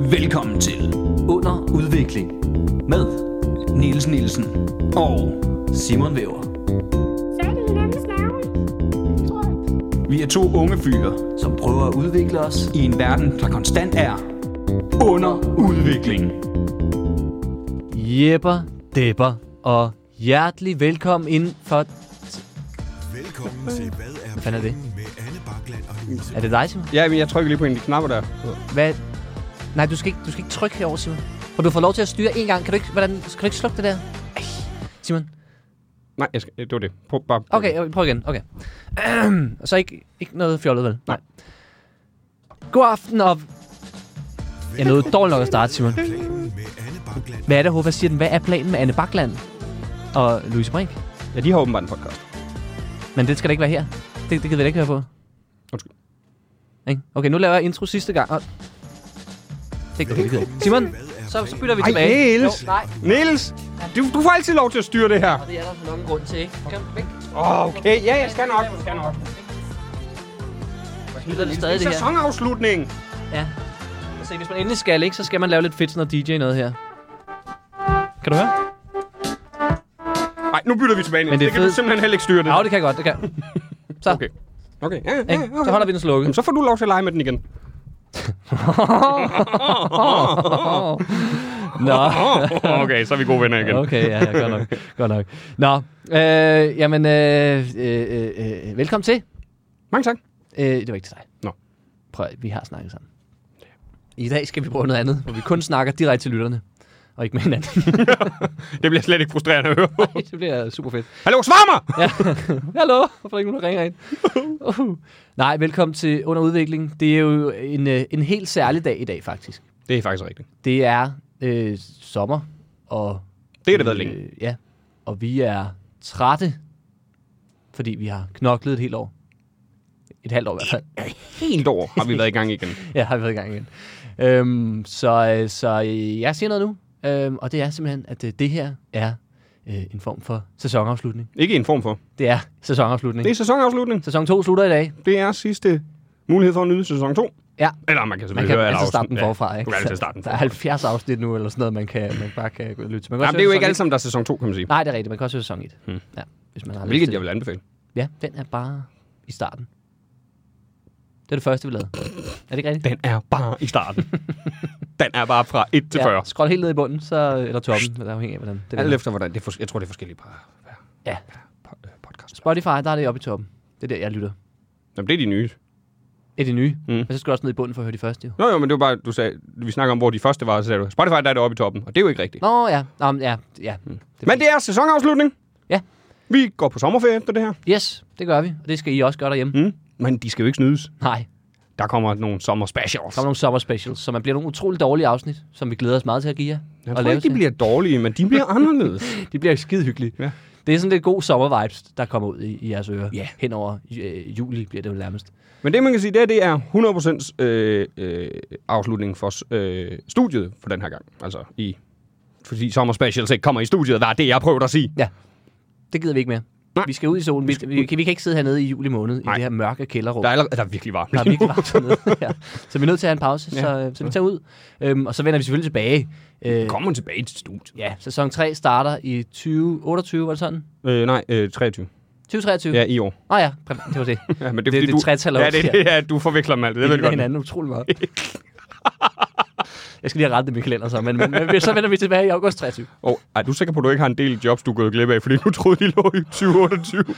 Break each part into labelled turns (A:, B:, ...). A: Velkommen til
B: Under udvikling med
A: Niels Nielsen og
B: Simon Væver,
C: Sagde de hinandens navne? Jeg tror det.
A: vi er to unge fyre
B: som prøver at udvikle os.
A: i en verden, der konstant er under udvikling.
D: Jepper, depper og hjertelig velkommen ind for...
E: Velkommen til Hvad er
D: Hvad fanden er det?
E: planen med Anne Bakland og Louise.
D: Er det dig, Simon?
F: Ja, men jeg trykker lige på en af de knapper der.
D: Hvad? Nej, du skal ikke, du skal ikke trykke herover, Simon. For du får lov til at styre en gang. Kan du ikke, hvordan, kan du ikke slukke det der? Ej, Simon.
F: Nej, jeg skal, det var det. Prøv, bare, prøv.
D: Okay, okay, prøv igen. Okay. Og så ikke, ikke noget fjollet, vel? Nej. God aften og... Jeg nåede dårligt nok at starte, Simon.
E: Planen med Anne Bakland.
D: Hvad er det, Hova siger den? Hvad er planen med Anne Bakland og Louise Brink?
F: Ja, de har åbenbart en podcast.
D: Men det skal da ikke være her. Det, det gider vi da ikke høre på.
F: Undskyld.
D: Ikke? Okay, nu laver jeg intro sidste gang. Og... Det, det, det gider jeg ikke. Simon, så, så bytter vi
F: Ej,
D: tilbage.
F: Niels!
D: Jo, nej,
F: Niels! Du, du får altid lov til at styre det her.
D: og det er der nogen grund til, ikke? Kom, væk.
F: Åh, oh, okay. Ja, jeg skal nok. Jeg skal nok.
D: Lyder det stadig
F: Det
D: det
F: er
D: her?
F: sæsonafslutning.
D: Ja. Altså, hvis man endelig skal, ikke, så skal man lave lidt fedt noget DJ noget her. Kan du høre?
F: Nej, nu bytter vi tilbage,
D: Men
F: Niels. Men
D: det er
F: det, det kan
D: fed-
F: du simpelthen heller ikke styre det.
D: Ja, det kan jeg godt, det kan. Så,
F: Okay. Okay, ja, ja,
D: ikke?
F: ja,
D: så
F: okay.
D: holder vi den slukket.
F: Jamen, så får du lov til at lege med den igen.
D: Nå.
F: Oh, okay, så er vi gode venner igen.
D: Okay, ja, ja, godt nok. Godt nok. Nå, øh, jamen, øh, øh, øh, øh, velkommen til.
F: Mange tak.
D: Øh, det var ikke til dig.
F: Nå.
D: Prøv at- vi har snakket sammen. I dag skal vi prøve noget andet, hvor vi kun snakker direkte til lytterne. Og ikke med hinanden.
F: Det bliver slet ikke frustrerende at høre.
D: det bliver super fedt.
F: Hallo, svar mig!
D: Ja. Hallo, hvorfor er der ikke nogen, der ringer ind? Uh. Nej, velkommen til Under Udvikling. Det er jo en, øh, en helt særlig dag i dag, faktisk.
F: Det er faktisk rigtigt.
D: Det er øh, sommer, og...
F: Det har det været længe.
D: Øh, ja, og vi er trætte, fordi vi har knoklet et helt år. Et halvt år i hvert fald.
F: Helt over har vi været i gang igen.
D: Ja, har været i gang igen. Øhm, så, øh, så øh, jeg siger noget nu, øhm, og det er simpelthen, at øh, det her er øh, en form for sæsonafslutning.
F: Ikke i en form for.
D: Det er sæsonafslutning.
F: Det er sæsonafslutning.
D: Sæson 2 slutter i dag.
F: Det er sidste mulighed for at nyde sæson 2.
D: Ja.
F: Eller man kan
D: Man
F: selvfølgelig
D: kan
F: høre
D: altid
F: alle
D: starte den
F: afsnit. Ja,
D: forfra, ikke?
F: Du kan altid
D: Så
F: starte den
D: Der er
F: forfra.
D: 70 afsnit nu, eller sådan noget, man, kan, man bare kan gå og lytte til. Man kan
F: Nej,
D: også
F: det er jo
D: høre
F: ikke
D: sæson
F: alle sammen, der er sæson 2, kan man sige.
D: et. Nej, det er rigtigt. Man kan også høre sæson 1.
F: Hmm.
D: Ja, hvis man har lyst
F: Hvilket
D: til
F: jeg vil anbefale.
D: det. Ja, den er bare i starten. Det er det første, vi lavede. Er det ikke rigtigt?
F: Den er bare i starten. den er bare fra 1 til 40.
D: scroll helt ned i bunden, så, eller toppen, det afhænger af, hvordan det
F: Alt
D: er.
F: efter, hvordan det er fors- Jeg tror, det er forskellige par, par,
D: Ja,
F: par øh, podcast.
D: Spotify, der er det oppe i toppen. Det er der, jeg lytter.
F: Jamen, det er de nye.
D: Er de nye? Mm.
F: Mm.
D: Men så skal du også ned i bunden for at høre de første, jo.
F: Nå jo, men det var bare, du sagde, vi snakker om, hvor de første var, så sagde du, Spotify, der er det oppe i toppen, og det er jo ikke rigtigt.
D: Nå, ja. Nå, men ja. ja. Mm.
F: Men det er sæsonafslutning.
D: Ja.
F: Vi går på sommerferie efter det her.
D: Yes, det gør vi. Og det skal I også gøre derhjemme. Mm.
F: Mm. Men de skal jo ikke snydes.
D: Nej,
F: Der kommer nogle sommer specials.
D: der er nogle sommer specials, så man bliver nogle utrolig dårlige afsnit, som vi glæder os meget til at give jer.
F: Jeg
D: og
F: tror
D: lave
F: ikke, de
D: til.
F: bliver dårlige, men de bliver anderledes.
D: de bliver skide hyggelige.
F: Ja.
D: Det er sådan lidt god sommervibes, der kommer ud i, i jeres ører.
F: Ja.
D: Hen over øh, juli bliver det jo nærmest.
F: Men det, man kan sige, det, er, det er 100% øh, øh, afslutning for øh, studiet for den her gang. Altså i... Fordi Sommer Specials ikke kommer i studiet, hvad er det, jeg prøvede at sige?
D: Det gider vi ikke mere.
F: Nej.
D: Vi skal ud i solen. Vi, vi, vi, kan- vi kan ikke sidde hernede i juli måned Nej.
F: Nej.
D: i det her mørke kælderrum.
F: Der er, allerede, der er virkelig varmt.
D: Der er virkelig varmt dernede. ja. Så vi er nødt til at have en pause, ja.
F: Ja.
D: så, så vi tager ud. Øhm, og så vender vi selvfølgelig tilbage. Øh,
F: Kommer tilbage til studiet?
D: ja, sæson 3 starter i 2028, var det sådan?
F: Øh, nej, øh, 23.
D: 2023?
F: Ja, i år.
D: Nå ja, præ- det var det.
F: Ja, men
D: Det- det
F: du...
D: tretal er
F: ja,
D: også,
F: det, det, ja, du forveksler dem altid. Det
D: Vi
F: ved
D: ligner
F: jeg godt.
D: hinanden utrolig meget. Jeg skal lige have rettet min kalender så, men, men, men så vender vi tilbage i august 23.
F: Og, ej, du er sikker på, at du ikke har en del jobs, du er gået glip af, fordi du troede, de lå i 2028.
D: Det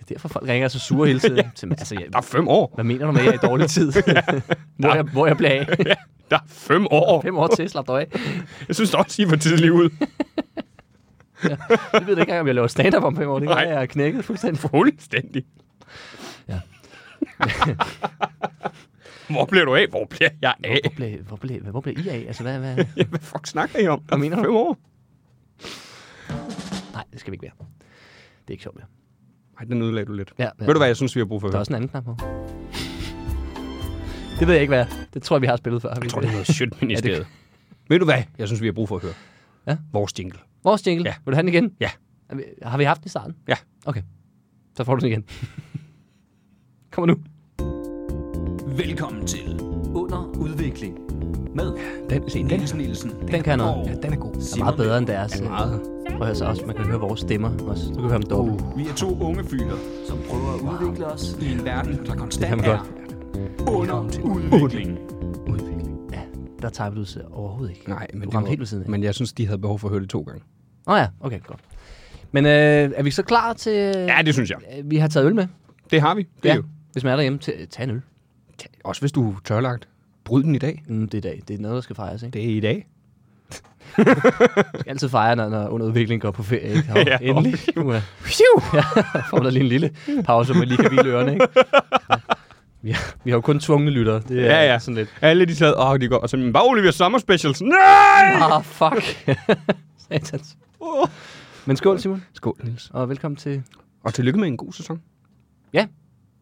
D: er derfor, folk ringer så sure hele tiden. ja. Til, mig. altså, jeg,
F: Der er fem år.
D: hvad mener du med, at jeg er i dårlig tid? hvor, jeg, hvor jeg bliver af?
F: Der er fem år.
D: Fem år til, slap dig af.
F: Jeg synes da også, I er for tidligt ud.
D: Jeg ved ikke engang, om jeg laver stand-up om fem år. Det kan
F: Nej.
D: være, jeg er knækket fuldstændig.
F: Fuldstændig.
D: Ja.
F: Hvor bliver du af? Hvor bliver jeg af?
D: Hvor blev, hvor blev, hvor blev I af? Altså, hvad, hvad?
F: Ja, hvad fuck snakker I om?
D: Hvad mener du?
F: Fem år?
D: Nej, det skal vi ikke være. Det er ikke sjovt mere.
F: Nej, den ødelagde du lidt.
D: Ja, ja.
F: Ved du, hvad jeg synes, vi har brug for?
D: Der er også en anden knap på. Det ved jeg ikke, hvad er. Det tror jeg, vi har spillet før.
F: Jeg tror, det er noget shit,
D: Ja,
F: ministeriet. Ved du hvad? Jeg synes, vi har brug for at høre.
D: Ja.
F: Vores jingle.
D: Vores jingle. Ja.
F: Ja.
D: Vil du have den igen?
F: Ja.
D: Er vi- Har vi haft den i starten?
F: Ja.
D: Okay. Så får du den igen. Kommer nu.
A: Velkommen til
B: Under udvikling Med
G: Den, se, den,
B: Niels Nielsen.
D: Den kan noget.
G: ja, den er god.
D: Den er meget bedre end deres.
G: Ja,
D: øh,
G: meget.
D: Prøv at høre så også, man kan høre vores stemmer også. Du kan høre dem
F: Uh.
D: dobbelt.
A: Vi er to unge fyre
B: Som prøver at udvikle os.
A: i en verden, der
D: kan
A: konstant
D: man
A: er
D: godt.
A: under udvikling.
D: Ja, der tager du sig overhovedet ikke.
F: Nej, men,
D: du
F: det
D: ramte
F: var-
D: helt ved siden af.
F: men jeg synes, de havde behov for at høre det to gange.
D: Nå ja, okay, godt. Men øh, er vi så klar til... Øh,
F: Ja, det synes jeg.
D: Vi har taget øl med.
F: Det har vi. Det ja. er
D: Ja,
F: jo.
D: hvis man er derhjemme, til, tag en øl.
F: Også hvis du er tørlagt. Bryd den i dag.
D: Mm, det, er dag. det er noget, der skal fejres, ikke?
F: Det er i dag.
D: Det skal altid fejre, når, når underudviklingen går på ferie, ikke? Hov,
F: Ja,
D: endelig. Uha. ja, får der lige en lille pause, hvor man lige kan hvile ørerne, ikke? Ja. Vi har, vi har jo kun tvungne lyttere. Det er
F: Ja, ja.
D: sådan lidt...
F: Alle de sad, åh, de går. Og så, men bare Olivia Summer Specials. Nej!
D: Ah, fuck. Satans.
F: Åh.
D: Men skål, Simon,
F: Skål, Niels.
D: og velkommen til...
F: Og tillykke med en god sæson.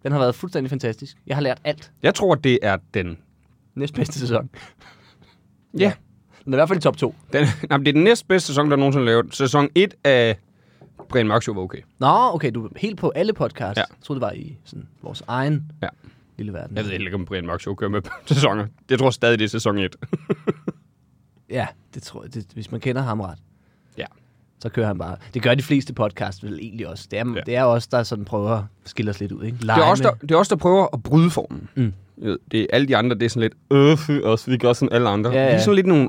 D: Den har været fuldstændig fantastisk. Jeg har lært alt
F: Jeg tror, det er den...
D: næstbedste sæson.
F: Ja.
D: Den er i hvert fald i top 2.
F: den nej, men det er den næstbedste sæson, der nogensinde er lavet. Sæson 1 af Brian Mørk Show var okay.
D: Nå, okay, du er helt på alle podcasts.
F: Ja.
D: Ja. Jeg troede, det var i sådan, vores egen
F: Ja.
D: lille verden.
F: Jeg ved heller ikke, om Brian Mørk Show kører med sæsoner. Jeg tror stadig, det er sæson 1.
D: Ja, det tror jeg. Det, hvis man kender ham ret,
F: Ja.
D: så kører han bare. Det gør de fleste podcasts vel egentlig også. Det er,
F: Ja.
D: ja. det er os, der sådan prøver at skille os lidt ud. Ikke? Lege
F: Det er, også
D: med-
F: der, det er også der prøver at bryde formen.
D: Mm.
F: Jeg ved, Det er alle de andre, det er sådan lidt, øh, fy, også, vi gør sådan alle andre.
D: Ja, ja.
F: Vi er sådan lidt nogle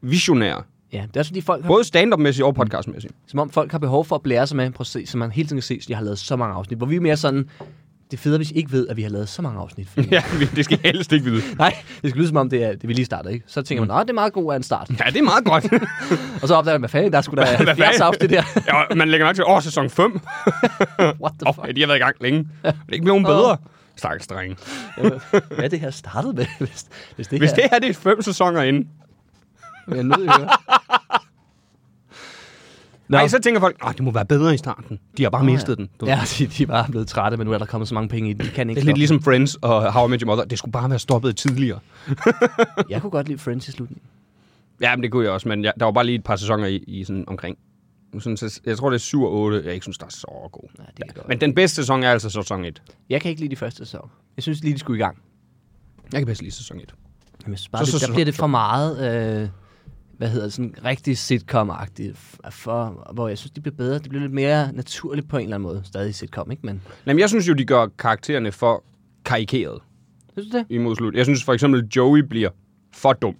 F: visionære.
D: Ja, det er også fordi, folk har,
F: Både stand-up-mæssigt og podcast-mæssigt.
D: som om folk har behov for at blære sig med, prøv at se, så man hele tiden kan se, at jeg har lavet så mange afsnit. Hvor vi er mere sådan, det er federe, hvis I ikke ved, at vi har lavet så mange afsnit. Fordi...
F: Ja, vi- det skal I helst ikke vide.
D: Nej, det skal lyde som om, det er, det vi lige starter, ikke? Så tænker man,
F: Mm.
D: nej, det er meget god af en start.
F: Ja, det er meget godt.
D: Og så opdager man, hvad fanden, der skulle der
F: Hvad
D: 70
F: fanden?
D: afsnit der.
F: ja, man lægger mærke til, åh, sæson 5.
D: What the
F: Åh,
D: fuck?
F: ja, de har været i gang længe. Det er ikke blevet bedre. Stakkels drenge.
D: Hvad er det her startet med, hvis, hvis det
F: Hvis
D: her
F: det her det er fem sæsoner inde,
D: er nødt til at høre? Nå.
F: nej, så tænker folk, at det må være bedre i starten. De har bare
D: Nå,
F: mistet den. Du ved.
D: Ja, de, de er bare blevet trætte, men nu er der kommet så mange penge i det, de kan ikke
F: Det er lidt
D: stoppe.
F: ligesom Friends og How I Met Your Mother. Det skulle bare være stoppet tidligere.
D: Jeg kunne godt lide Friends i slutningen.
F: Ja, men det kunne jeg også, men jeg, der var bare lige et par sæsoner i, i sådan omkring. Sådan, så, jeg tror, det er 7 og 8. Jeg ikke synes, der er så god.
D: Nej, det kan jeg godt.
F: Men den bedste sæson er altså sæson 1.
D: Jeg kan ikke lide de første sæsoner. Jeg synes lige, de skulle i gang.
F: Jeg kan bedst lide sæson 1.
D: Jamen, jeg synes bare,
F: Så-
D: så,
F: så-
D: det,
F: så-
D: der bliver det for meget, øh, hvad hedder det, sådan rigtig sitcom-agtigt, f- for, hvor jeg synes, det bliver bedre. Det bliver lidt mere naturligt på en eller anden måde. Stadig sitcom, ikke? Men
F: Jamen, jeg synes jo, de gør karaktererne for karikeret
D: synes du det?
F: imod slut. Jeg synes for eksempel, Joey bliver for dum.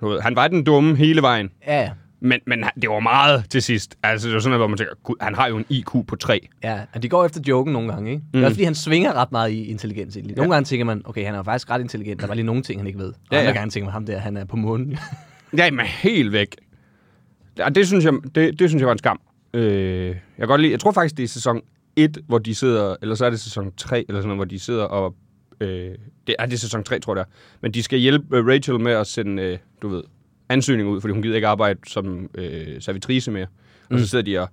F: Du ved, han var den dumme hele vejen,
D: Ja, ja.
F: men, men han- det var meget til sidst. Altså, det var sådan noget, hvor man tænker, "Gud, han har jo en IQ på 3.
D: Ja, og de går efter joken nogle gange, ikke? Mm. Det er også fordi, han svinger ret meget i intelligens egentlig. Nogle ja. gange tænker man, okay, han er jo faktisk ret intelligent, der var lige nogle ting, han ikke ved. Og
F: Ja,
D: ja, andre
F: ja.
D: gange tænker man, ham der, han er på månen.
F: Ja, men helt væk. Ja, det synes jeg, det, det synes jeg var en skam. Øh, jeg, kan godt lide, jeg tror faktisk, det er sæson 1, hvor de sidder, eller så er det sæson 3, eller sådan noget, hvor de sidder og... Øh, det er det er sæson 3, tror jeg, det er. Men de skal hjælpe øh, Rachel med at sende, øh, du ved, ansøgninger ud, fordi hun gider ikke arbejde som øh, servitrice mere. Og så sidder de og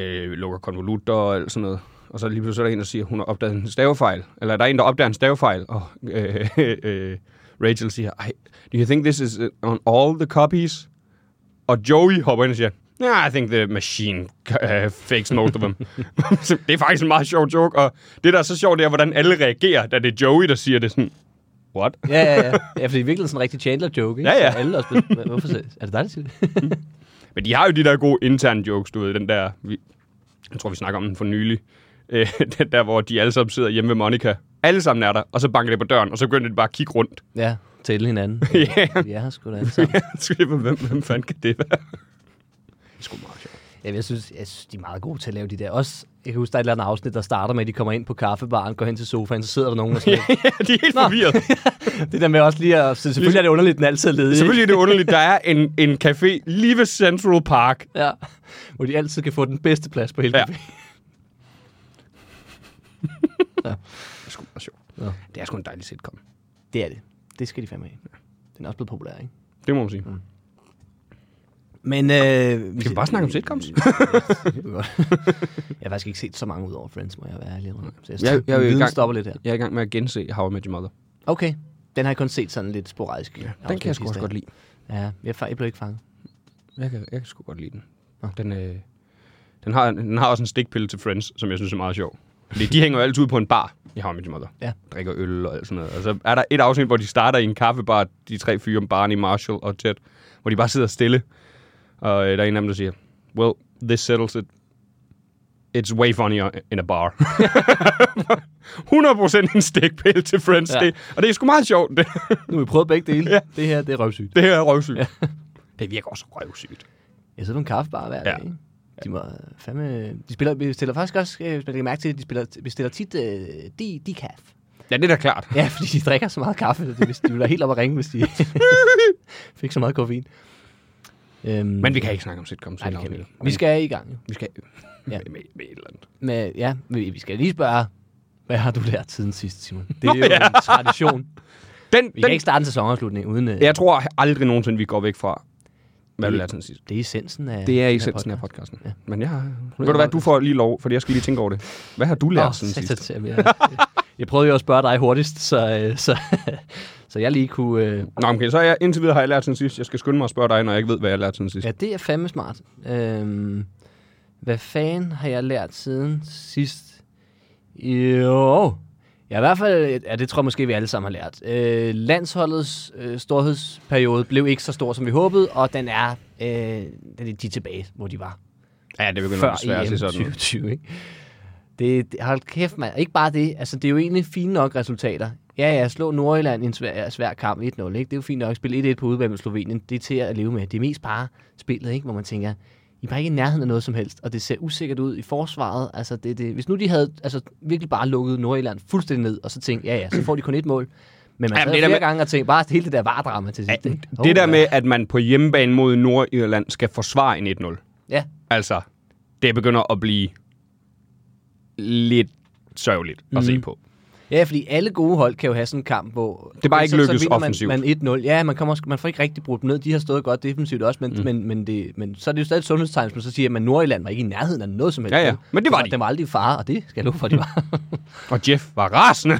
F: øh, lukker konvolutter og alt sådan noget. Og så lige pludselig er der en, der siger, at hun har opdaget en stavefejl. Eller der er en, der opdager en stavefejl. Og øh, øh, Rachel siger, "Ej, do you think this is uh, on all the copies? Og Joey hopper ind og siger, Yeah, I think the machine uh, fakes most of them. Så det er faktisk en meget sjov joke, og det, der er så sjovt, det er, hvordan alle reagerer, da det er Joey, der siger det sådan, what?
D: ja, ja, ja. Ja, fordi det er virkelig sådan en rigtig Chandler-joke, ikke?
F: Ja, ja.
D: Så alle også blevet, Hva- hvorfor så? Er det dig, der siger det?
F: Men de har jo de der gode interne jokes, du ved, den der, vi, jeg tror, vi snakker om den for nylig, øh, den der, hvor de alle sammen sidder hjemme ved Monica. Alle sammen er der, og så banker det på døren, og så begynder de bare at kigge rundt.
D: ja, tælle hinanden.
F: Ja.
D: Vi er her sgu da alle sammen.
F: Så det var, hvem, hvem fanden kan det være? Det er sgu meget sjovt.
D: Ja, jeg, synes, jeg synes, de er meget gode til at lave de der. Også, jeg kan huske, der er et eller andet afsnit, der starter med, at de kommer ind på kaffebaren, går hen til sofaen, så sidder der nogen og sådan noget.
F: de er helt forvirret.
D: Det der med også lige at... så Selvfølgelig er det underligt, den altid er ledig. ikke?
F: Selvfølgelig er det underligt, der er en, en café lige ved Central Park.
D: Ja, hvor de altid kan få den bedste plads på hele
F: Ja.
D: ja.
F: Det er sgu meget sjovt.
D: Ja.
F: Det er sgu en dejlig sitcom.
D: Det er det. Det skal de fandme have. Den er også blevet populær, ikke?
F: Det må man sige. Mm.
D: Men øh,
F: Skal vi bare snakke om sitcoms?
D: jeg har faktisk ikke set så mange ud over Friends, må jeg være ærlig. om. Så jeg,
F: Jeg-
D: jeg,
F: jeg er jo
D: jeg
F: i
D: viden
F: gang.
D: stopper lidt her.
F: Jeg er i gang med at gense How I Met Your Mother.
D: Okay, den har jeg kun set sådan lidt sporadisk. Ja,
F: Den kan jeg sgu også godt lide.
D: Ja, jeg, fa- jeg blev ikke fanget.
F: Jeg kan, jeg kan sgu godt lide den. Den, øh, den, har, den har også en stikpille til Friends, som jeg synes er meget sjov. Fordi de hænger jo altid ud på en bar. i How I Met Your Mother.
D: Ja.
F: Drikker øl og alt sådan noget. Og så er der et afsnit, hvor de starter i en kaffebar, de tre fyre, Barney, Marshall og Ted, hvor de bare sidder stille. Og øh, der er en af dem, der siger, well, this settles it. It's way funnier in a bar. 100% en stikpæl til Friends.
D: Ja.
F: Ja. Det, og det er sgu meget sjovt. Det,
D: Nu har vi prøvet begge dele.
F: Ja.
D: Det her, det er røvsygt.
F: det her er røvsygt. Ja. Det virker også røvsygt.
D: Jeg sidder på en kaffebar hver
F: Ja.
D: dag, ikke? De, var fandme, de spiller, bestiller faktisk også, øh, hvis man lægger mærke til, det, de spiller, bestiller tit øh, de, de kaffe.
F: Ja, det er da klart.
D: Ja, fordi de drikker så meget kaffe, at det, hvis de ville være helt op at ringe, hvis de fik så meget koffein. Øhm,
F: Men vi kan ikke snakke om sitcoms.
D: Nej,
F: i
D: det kan vi.
F: afsnit.
D: ikke. vi skal i gang. jo.
F: Vi skal
D: Ja.
F: ja. med, med et eller andet.
D: Men, ja, vi vi skal lige spørge, hvad har du lært siden sidst, Simon? Det er jo
F: ja.
D: en tradition.
F: Den,
D: Vi
F: den,
D: kan ikke starte en sæsonafslutning uden... Øh,
F: jeg tror aldrig nogensinde, vi går væk fra, hvad du
D: Det-
F: lærte sådan sidst.
D: Det er essensen af
F: Det er
D: af
F: i essensen af
D: podcast.
F: podcasten.
D: Ja.
F: Ja. Men jeg har... Ved du hvad, du får lige lov, for jeg skal lige tænke over det. Hvad har du lært oh,
D: Nå,
F: sådan
D: satan,
F: sidst?
D: ser vi. Jeg- Jeg prøvede jo at spørge dig hurtigst, så, øh, så, så jeg lige kunne... Øh,
F: Nå, okay, så er jeg, indtil videre har jeg lært sådan sidst. Jeg skal skynde mig at spørge dig, når jeg ikke ved, hvad jeg lærte sådan sidst.
D: ja, det er fandme smart. Øhm, hvad fanden har jeg lært siden sidst? Jo, ja, i hvert fald, ja, det tror jeg måske, vi alle sammen har lært. Øh, landsholdets øh, storhedsperiode blev ikke så stor, som vi håbede, og den er, øh, den er de er tilbage, hvor de var
F: Ja, det begynder
D: før E
F: at svært at se
D: EM
F: sådan ud.
D: 2020, ikke? Det, det, hold kæft, mand. Ikke bare det. Altså, det er jo egentlig fine nok resultater. Ja, ja, slå Nordjylland i en svær, svær kamp 1-0, ikke? Det er jo fint nok. Spille 1-1 på udebane mod Slovenien. Det er til at leve med. Det er mest bare spillet, ikke? Hvor man tænker, I er bare ikke i nærheden af noget som helst. Og det ser usikkert ud i forsvaret. Altså, det, det, hvis nu de havde altså, virkelig bare lukket Nordjylland fuldstændig ned, og så tænkt, ja, ja, så får de kun et mål. Men man
F: Jamen,
D: ja,
F: det
D: flere
F: der
D: med...
F: med-
D: gange og tænkte, bare hele det der vardrama til sidst. ikke? Åh,
F: Det der
D: ja.
F: med, at man på hjemmebane mod Nordirland skal forsvare en 1-0.
D: Ja,
F: Altså, det begynder at blive lidt sørgeligt mm. at se på.
D: Ja, fordi alle gode hold kan jo have sådan en kamp, hvor...
F: Det er bare ikke
D: så- så
F: lykkedes
D: vinder man-
F: offensivt.
D: Man 1-0. Ja, man, kommer, også- man får ikke rigtig brudt dem ned. De har stået godt defensivt også, men, mm. men, men, det, men så er det jo stadig et sundhedstegn, som så siger, at man Nordjylland var ikke i nærheden af noget som helst.
F: Ja, ja.
D: vel?
F: Men det var de.
D: Det var aldrig i fare, og det skal jeg love for, de var.
F: Og Jeff var rasende.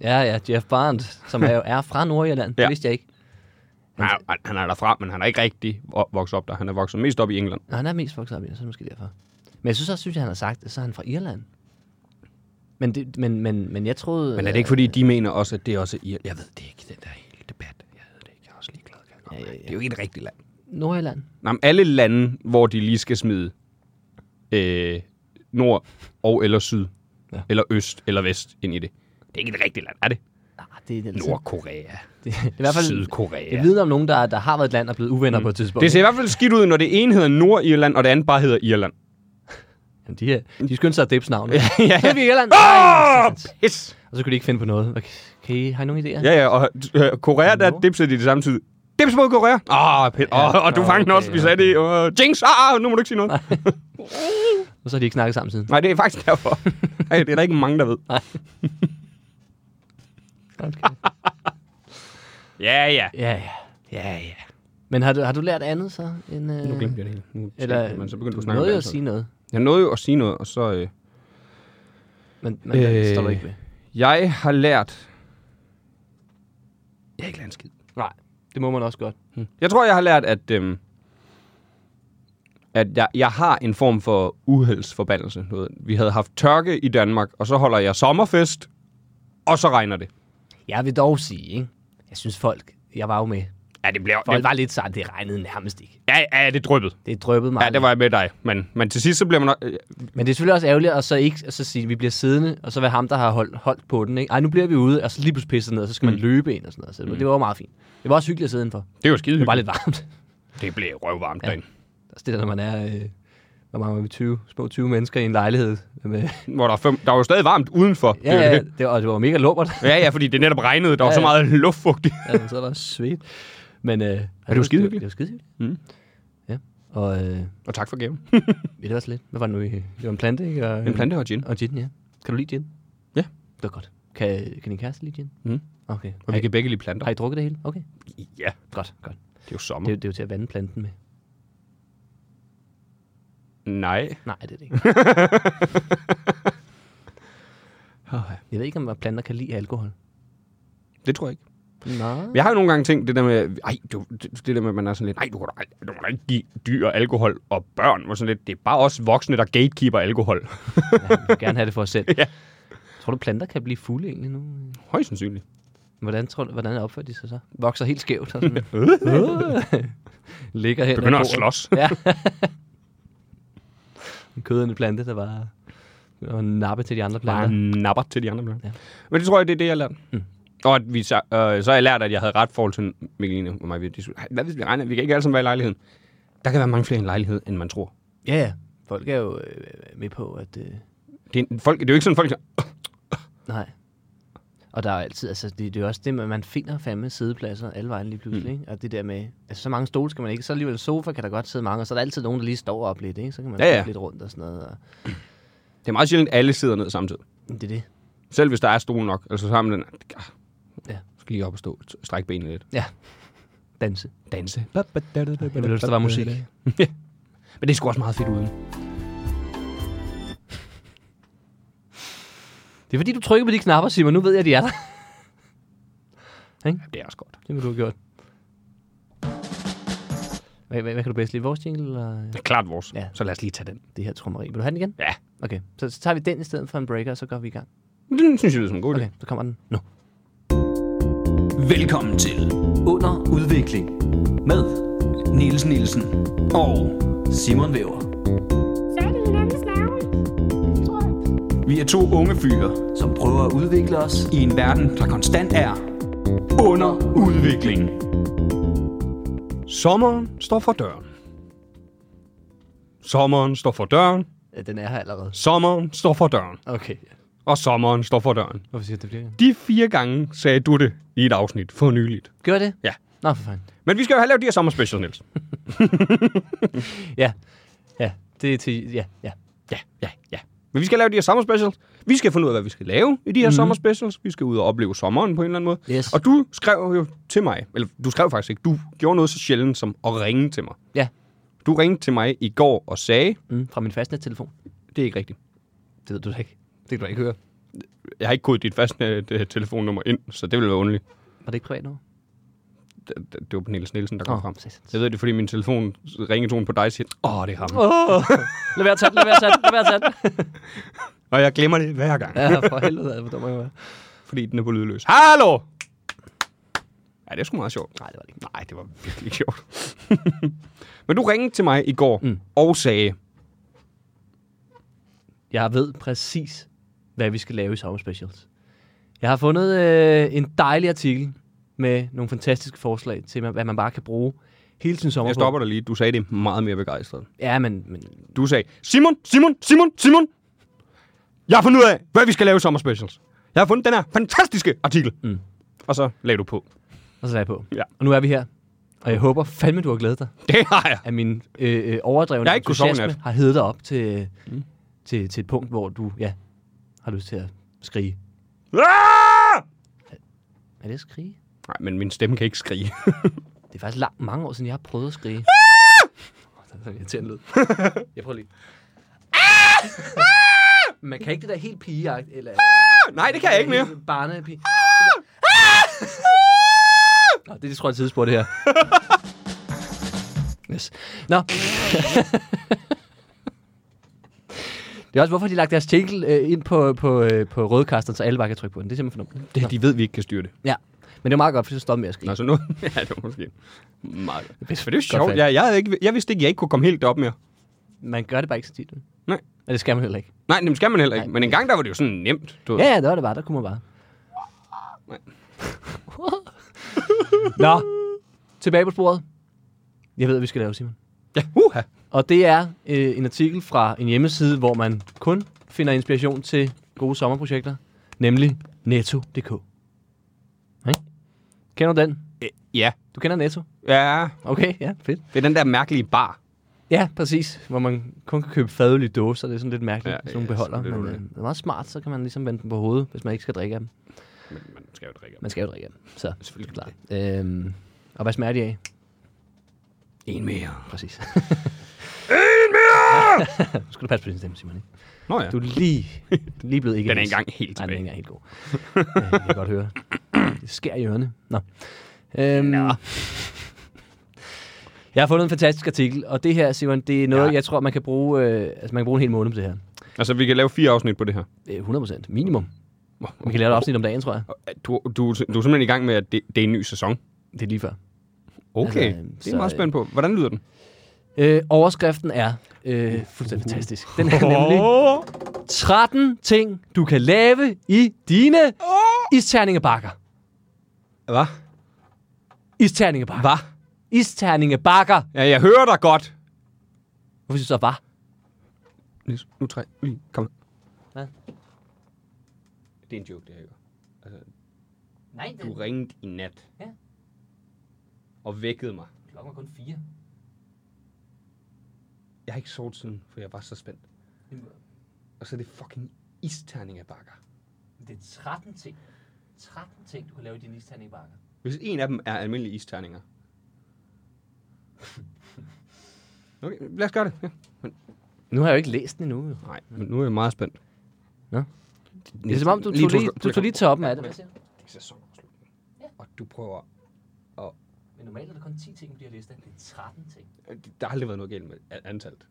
D: ja, ja, Jeff Barnes, som er jo er fra Nordjylland. Ja.
F: Ja.
D: Det vidste jeg ikke.
F: Han er, han er derfra, men han er ikke rigtig vo- vokset op der. Han er vokset mest op i England.
D: Nå, han er mest vokset op i, så er det måske derfor. Men jeg synes også, synes jeg, han har sagt, at så er han fra Irland. Men, det, men, men, men jeg troede... øh,
F: Men er det ikke, fordi de mener også, at det også er... Jeg ved det ikke, den der hele debat. Jeg ved det ikke, jeg er også ligeglad. kan jeg godt
D: Ja, ja,
F: mærke.
D: ja.
F: Det er jo ikke et rigtigt land.
D: Nordjylland?
F: Nej, men alle lande, hvor de lige skal smide øh, nord og eller syd,
D: Ja.
F: ja. eller øst eller vest ind i det. Det er ikke et rigtigt land, er det?
D: Nej, det er det altså-
F: Nordkorea,
D: Det, det er i hvert fald...
F: Sydkorea.
D: Det vidner om nogen, der, der har været et land og er blevet uvenner mm. på et tidspunkt.
F: Det ser i hvert fald skidt ud, når det ene hedder Nordirland, og det andet bare hedder Irland.
D: Jamen, de, er- de skyndte sig at dæbse navnet. ja,
F: ja.
D: Så er vi i Irland.
F: Åh,
D: Oh!
F: pis!
D: Og så kunne de ikke finde på noget. Okay, kan I, har I nogen idéer?
F: Ja, ja, og øh, Korea, der
D: Nå.
F: dipser de det samme tid. Dips mod Korea. Åh, oh,
D: Ja,
F: ja, oh, du
D: nå,
F: fangede den
D: okay,
F: også, vi
D: ja,
F: sagde det. Uh, jinx, ah, nu må du ikke sige noget. Nej,
D: Og så har de ikke snakket sammen siden.
F: Nej det er faktisk derfor. Ej, det er der ikke mange, der ved.
D: Okay.
F: Ja, ja.
D: ja, ja. Ja, ja. Men har du, har du lært andet så? End, øh,
F: Nu glemte jeg det hele. Nu
D: Eller,
F: Eller, men så begyndte du at snakke om
D: nåede
F: det.
D: jo at sige
F: altså.
D: noget,
F: Jeg nåede jo at sige noget, og så... Øh,
D: men, men øh, det står du
F: Øh.
D: ikke ved.
F: jeg har lært... Jeg har ikke lært en skid.
D: Nej, det må man også godt.
F: Jeg tror, jeg har lært, at, øhm, at jeg, jeg har en form for uheldsforbandelse. Du ved, Vi havde haft tørke i Danmark, og så holder jeg sommerfest, og så regner det.
D: Jeg vil dog sige, ikke? jeg synes folk, jeg var jo med.
F: Ja, det bliver...
D: Folk
F: Det,
D: var lidt sådan, det regnede nærmest ikke.
F: ja, ja, det dryppede.
D: Det drøbbede meget.
F: Ja, det var jeg med dig. Men, men til sidst, så bliver man... nok- øh,
D: Men det er selvfølgelig også ærgerligt at så, ikke, at så sige, at vi bliver siddende, og så være ham, der har holdt, holdt på den. Ikke? Ej, nu bliver vi ude, og så lige pludselig pisser ned, og så skal mm. man løbe ind og sådan noget. Så mm. det var jo meget fint. Det var også hyggeligt at sidde indenfor. Det
F: Det er jo skide
D: var bare lidt varmt.
F: Det blev røvvarmt ja. derinde.
D: Også det der, når man er... Øh, hvor mange var vi? 20, små 20 mennesker i en lejlighed. Med,
F: Hvor der, er fem, der var jo stadig varmt udenfor.
D: ja,
F: Det er jo
D: ja,
F: det.
D: det var, det var mega lummert.
F: ja, ja, fordi det netop regnede. Der var
D: Ja,
F: så
D: ja.
F: meget luftfugtigt.
D: ja, så var det svedt. Men, øh, det,
F: var skide
D: Det,
F: hyggeligt.
D: var skide hyggeligt. Mm. Ja, og øh,
F: Og tak for gaven.
D: ja, det var så lidt. Hvad var det nu? I, det var en plante, ikke? Og,
F: En plante og gin.
D: Og gin, ja. Kan du lide gin?
F: Ja.
D: Det var godt. Kan, kan din kæreste lide gin?
F: Mm.
D: Okay.
F: Og vi kan begge lige planter.
D: Har I drukket det hele? Okay.
F: Ja,
D: Godt, godt.
F: det er jo sommer.
D: Det, er jo- det er jo til at vande planten med.
F: Nej.
D: Nej, det er det ikke. jeg ved ikke, om planter kan lide alkohol.
F: Det tror jeg ikke.
D: Nej.
F: Jeg har jo nogle gange tænkt det der med, ej, du, det, det der med, at man er sådan lidt, nej, du kan da, ald- du kan da ikke give dyr alkohol og børn. Og sådan lidt. Det er bare os voksne, der gatekeeper alkohol.
D: Ja, vi vil gerne have det for os selv.
F: Ja.
D: Tror du, planter kan blive fulde egentlig nu?
F: Højst sandsynligt.
D: Hvordan, tror du, hvordan opfører de sig så? Vokser helt skævt og sådan. Ligger hen. ad
F: Begynder at
D: bordet.
F: slås.
D: Ja. en kødende plante, der bare begynder at nappe til de andre
F: Bare
D: planter.
F: napper til de andre
D: Ja.
F: planter. Ja. Men det tror jeg, det er det, jeg lærte. Mm. Og at vi, så, øh, så har jeg lært, at jeg havde ret forhold til Mikkeline og mig. Vi, diskuterede, hvad hvis vi regner? Vi kan ikke alle sammen være i lejligheden. Der kan være mange flere i en lejlighed, end man tror.
D: Ja, ja. Folk er jo øh, med på, at... Øh,
F: Det er, folk, det er jo ikke sådan, folk siger,
D: nej. Og der er jo altid, altså det, det er jo også det med, at man finder fandme siddepladser alle vejen lige pludselig, mm. ikke? Og det der med, altså så mange stole skal man ikke, så alligevel sofa kan der godt sidde mange, og så er der altid nogen, der lige står op lidt, ikke? Så kan man
F: Ja, ja.
D: flytte lidt rundt og sådan noget, og
F: det er meget sjældent, at alle sidder ned samtidig.
D: det er det.
F: Selv hvis der er stol nok. Altså så har man den, ah,
D: Ja.
F: ja. skal lige op og stå, strække benene lidt.
D: Ja. Danse.
F: Danse.
D: Jeg ville ønske, der var musik.
F: Men det er sgu også meget fedt uden.
D: Det er fordi, du trykker på de knapper, Simon. Nu ved jeg, at de er der.
F: Ja, det er også godt.
D: Det må du have gjort. Hvad, hvad, hvad kan du bedst lide? Vores jingle eller
F: Det er klart vores.
D: Ja.
F: Ja. Så lad os lige tage den.
D: det her trummeri? Vil du have den igen?
F: Ja.
D: Okay, så, så tager vi den i stedet for en breaker, og så går vi i gang.
F: Den synes jeg lyder som en god idé.
D: Okay, så kommer den nu.
A: Velkommen til
B: Under udvikling med
A: Niels Nielsen og
B: Simon Væver,
C: Så er det hinandens navn. Tror jeg.
A: vi er to unge fyre
B: som prøver at udvikle os.
A: i en verden, der konstant er under udvikling.
F: Sommeren står for døren. Sommeren står for døren.
D: Ja, den er her allerede.
F: Sommeren står for døren.
D: Okay.
F: Og sommeren står for døren.
D: Hvorfor siger du det flere gange?
F: De fire gange sagde du det i et afsnit for nyligt.
D: Gør det?
F: Ja.
D: Nå, for fanden.
F: Men vi skal jo have lavet de her sommerspecials, Niels.
D: Ja. Ja, det er til... Ja, ja.
F: Ja, ja, ja. Men vi skal lave de her sommerspecials. Vi skal finde ud af, hvad vi skal lave i de her mm. sommerspecials. Vi skal ud og opleve sommeren på en eller anden måde.
D: Mhm. Yes.
F: Og du skrev jo til mig, eller du skrev faktisk ikke, du gjorde noget så sjældent som at ringe til mig.
D: Ja.
F: Du ringte til mig i går og sagde,
D: Mm, fra min fastnettelefon.
F: det er ikke rigtigt.
D: Det ved du da ikke. Det kan du ikke høre.
F: Jeg har ikke kodet dit fastnet øh, telefonnummer ind, så det ville være ondeligt.
D: Var det ikke privat nummer?
F: det, det det var Niels Nielsen, der kom
D: Åh,
F: oh, frem.
D: præcis.
F: Jeg ved det, fordi min telefon ringetone på dig siger, åh, oh, det er ham. Oh.
D: Åh! Oh, lad være at tage den, lad være at tage den, lad være at tage den.
F: Og jeg glemmer det hver gang, ja.
D: Ja, for helvede, hvor dum jeg var.
F: fordi den er på lydløs. Hallo! Ja, det er sgu meget sjovt.
D: Nej, det var det ikke.
F: Nej, det var virkelig sjovt. Men du ringede til mig i går mm. og sagde,
D: Jeg ved præcis, hvad vi skal lave i sommerspecials. Jeg har fundet øh, en dejlig artikel med nogle fantastiske forslag til, hvad man bare kan bruge hele sin sommer
F: jeg stopper dig lige, du sagde det meget mere begejstret.
D: På. Ja, men, men
F: Du sagde, Simon, Simon, Simon, Simon! Jeg har fundet ud af, hvad vi skal lave i sommerspecials. Jeg har fundet den her fantastiske artikel. Mm. Og så lagde du på.
D: og så er jeg på.
F: Ja.
D: Og nu er vi her, og jeg håber fandme, du har glædet dig,
F: Det har jeg.
D: at min øh, øh, overdrevne
F: Jeg har ikke kunnet sove i
D: entusiasme
F: nat.
D: har heddet dig op til, mm. til, til et punkt, hvor du ja, har lyst til at skrige.
F: Ah!
D: Er det at skrige?
F: Nej, men min stemme kan ikke skrige.
D: Det er faktisk lang, mange år siden, jeg har prøvet at skrige.
F: Ah!
D: Åh, Det er sådan en irriterende lyd. Jeg prøver lige. Ah!
F: Ah!
D: Man kan ikke det der helt pigejagt, eller...
F: Nej, det kan jeg ikke mere.
D: Barnepige. Nå, det, det tror jeg er et sidespor, det her. Yes. Nå. Det er også, hvorfor de har lagt deres jingle øh, ind på, på, øh, på rødkasteren, så alle bare kan trykke på den. Det er simpelthen fornumt.
F: Det, de ved, vi ikke kan styre det.
D: Ja. Men det er meget godt, for så stopper med at skrive.
F: Nå, så nu... ja, det var måske meget godt.
D: Hvis-
F: For det er
D: Godt
F: sjovt.
D: fat.
F: Jeg, jeg, havde ikke, jeg vidste ikke, jeg ikke kunne komme helt op mere.
D: Man gør det bare ikke så tit. vel?
F: Nej.
D: Og det skal man heller ikke.
F: Nej, det skal man heller ikke.
D: Nej.
F: Men engang der var det jo sådan nemt. Du ved.
D: Ja, ja, det var det bare. Der kunne man bare.
F: Nej.
D: Nå, tilbage på sporet. Jeg ved, hvad vi skal lave, Simon.
F: Ja, uha.
D: Og det er øh, en artikel fra en hjemmeside, hvor man kun finder inspiration til gode sommerprojekter, nemlig netto.dk. Ikke? Kender du den?
F: Øh, Ja.
D: Du kender Netto?
F: Ja,
D: Okay, ja, fedt.
F: det er den der mærkelige bar.
D: Ja, præcis. Hvor man kun kan købe fadøl i dåser. Det er sådan lidt mærkeligt,
F: Ja,
D: ja, sådan nogle
F: ja,
D: beholder.
F: sådan lidt
D: Men øh,
F: underligt.
D: det er meget smart, så kan man ligesom vende dem på hovedet, hvis man ikke skal drikke af dem.
F: Men man skal jo drikke.
D: Man skal jo drikke af dem, så
F: Selvfølgelig.
D: klart. Øhm, og hvad smager de af?
F: En mere.
D: Præcis. en mere! nu skal du passe på din stemme, Simon. Ikke?
F: Nå ja.
D: Du er lige, du er lige blevet ikke
F: Den er
D: helt-
F: engang helt
D: Nej, den er
F: tilbage.
D: engang helt god. Øh, det kan jeg godt høre. Det sker i ørerne. Nå. Øhm, Nå. Jeg har fundet en fantastisk artikel, og det her, Simon, det er noget, ja.
F: Ja.
D: jeg tror, man kan bruge, øh, altså man kan bruge en hel måned på det her.
F: Altså, vi kan lave fire afsnit på det her.
D: Øh, 100 minimum. Vi kan lave et afsnit om dagen, tror jeg.
F: øh, Du, du, du er simpelthen i gang med, at det, det er en ny sæson.
D: Det er lige før.
F: Okay,
D: Altså,
F: altså, det er
D: så-
F: så, meget spændt på. Hvordan lyder den?
D: Øh, overskriften er øh, fuldstændig fantastisk. Den er nemlig 13 ting, du kan lave i dine isterningebakker.
F: Hvad?
D: Isterningebakker.
F: Hvad?
D: Isterningebakker.
F: Ja, jeg hører dig godt.
D: Hvorfor synes du så, var?
F: Niels, nu tre. Lige, kom.
D: Hvad?
F: Det er en joke, det her.
D: Nej,
F: Du ringede i nat.
D: Ja.
F: Og vækkede mig.
D: klokken er kun fire.
F: Jeg har ikke sovet siden, for jeg var så spændt. Og så er det fucking isterning af bakker.
D: Det er 13 ting. 13 ting, du kan lave i dine isterningebakker.
F: Hvis en af dem er almindelige isterninger. Okay, lad os gøre det. Ja. Men,
D: Nu har jeg jo ikke læst den endnu. jo.
F: nej, men nu er jeg meget spændt.
D: Nå. Det er som om, du tog lige, du tog lige toppen af det. Hvad siger du?
F: sæsonafslutning. Og du prøver...
D: Men normalt er det kun 10 ting på de her lister. Det er 13 ting.
F: Der har aldrig været noget galt med a- antallet.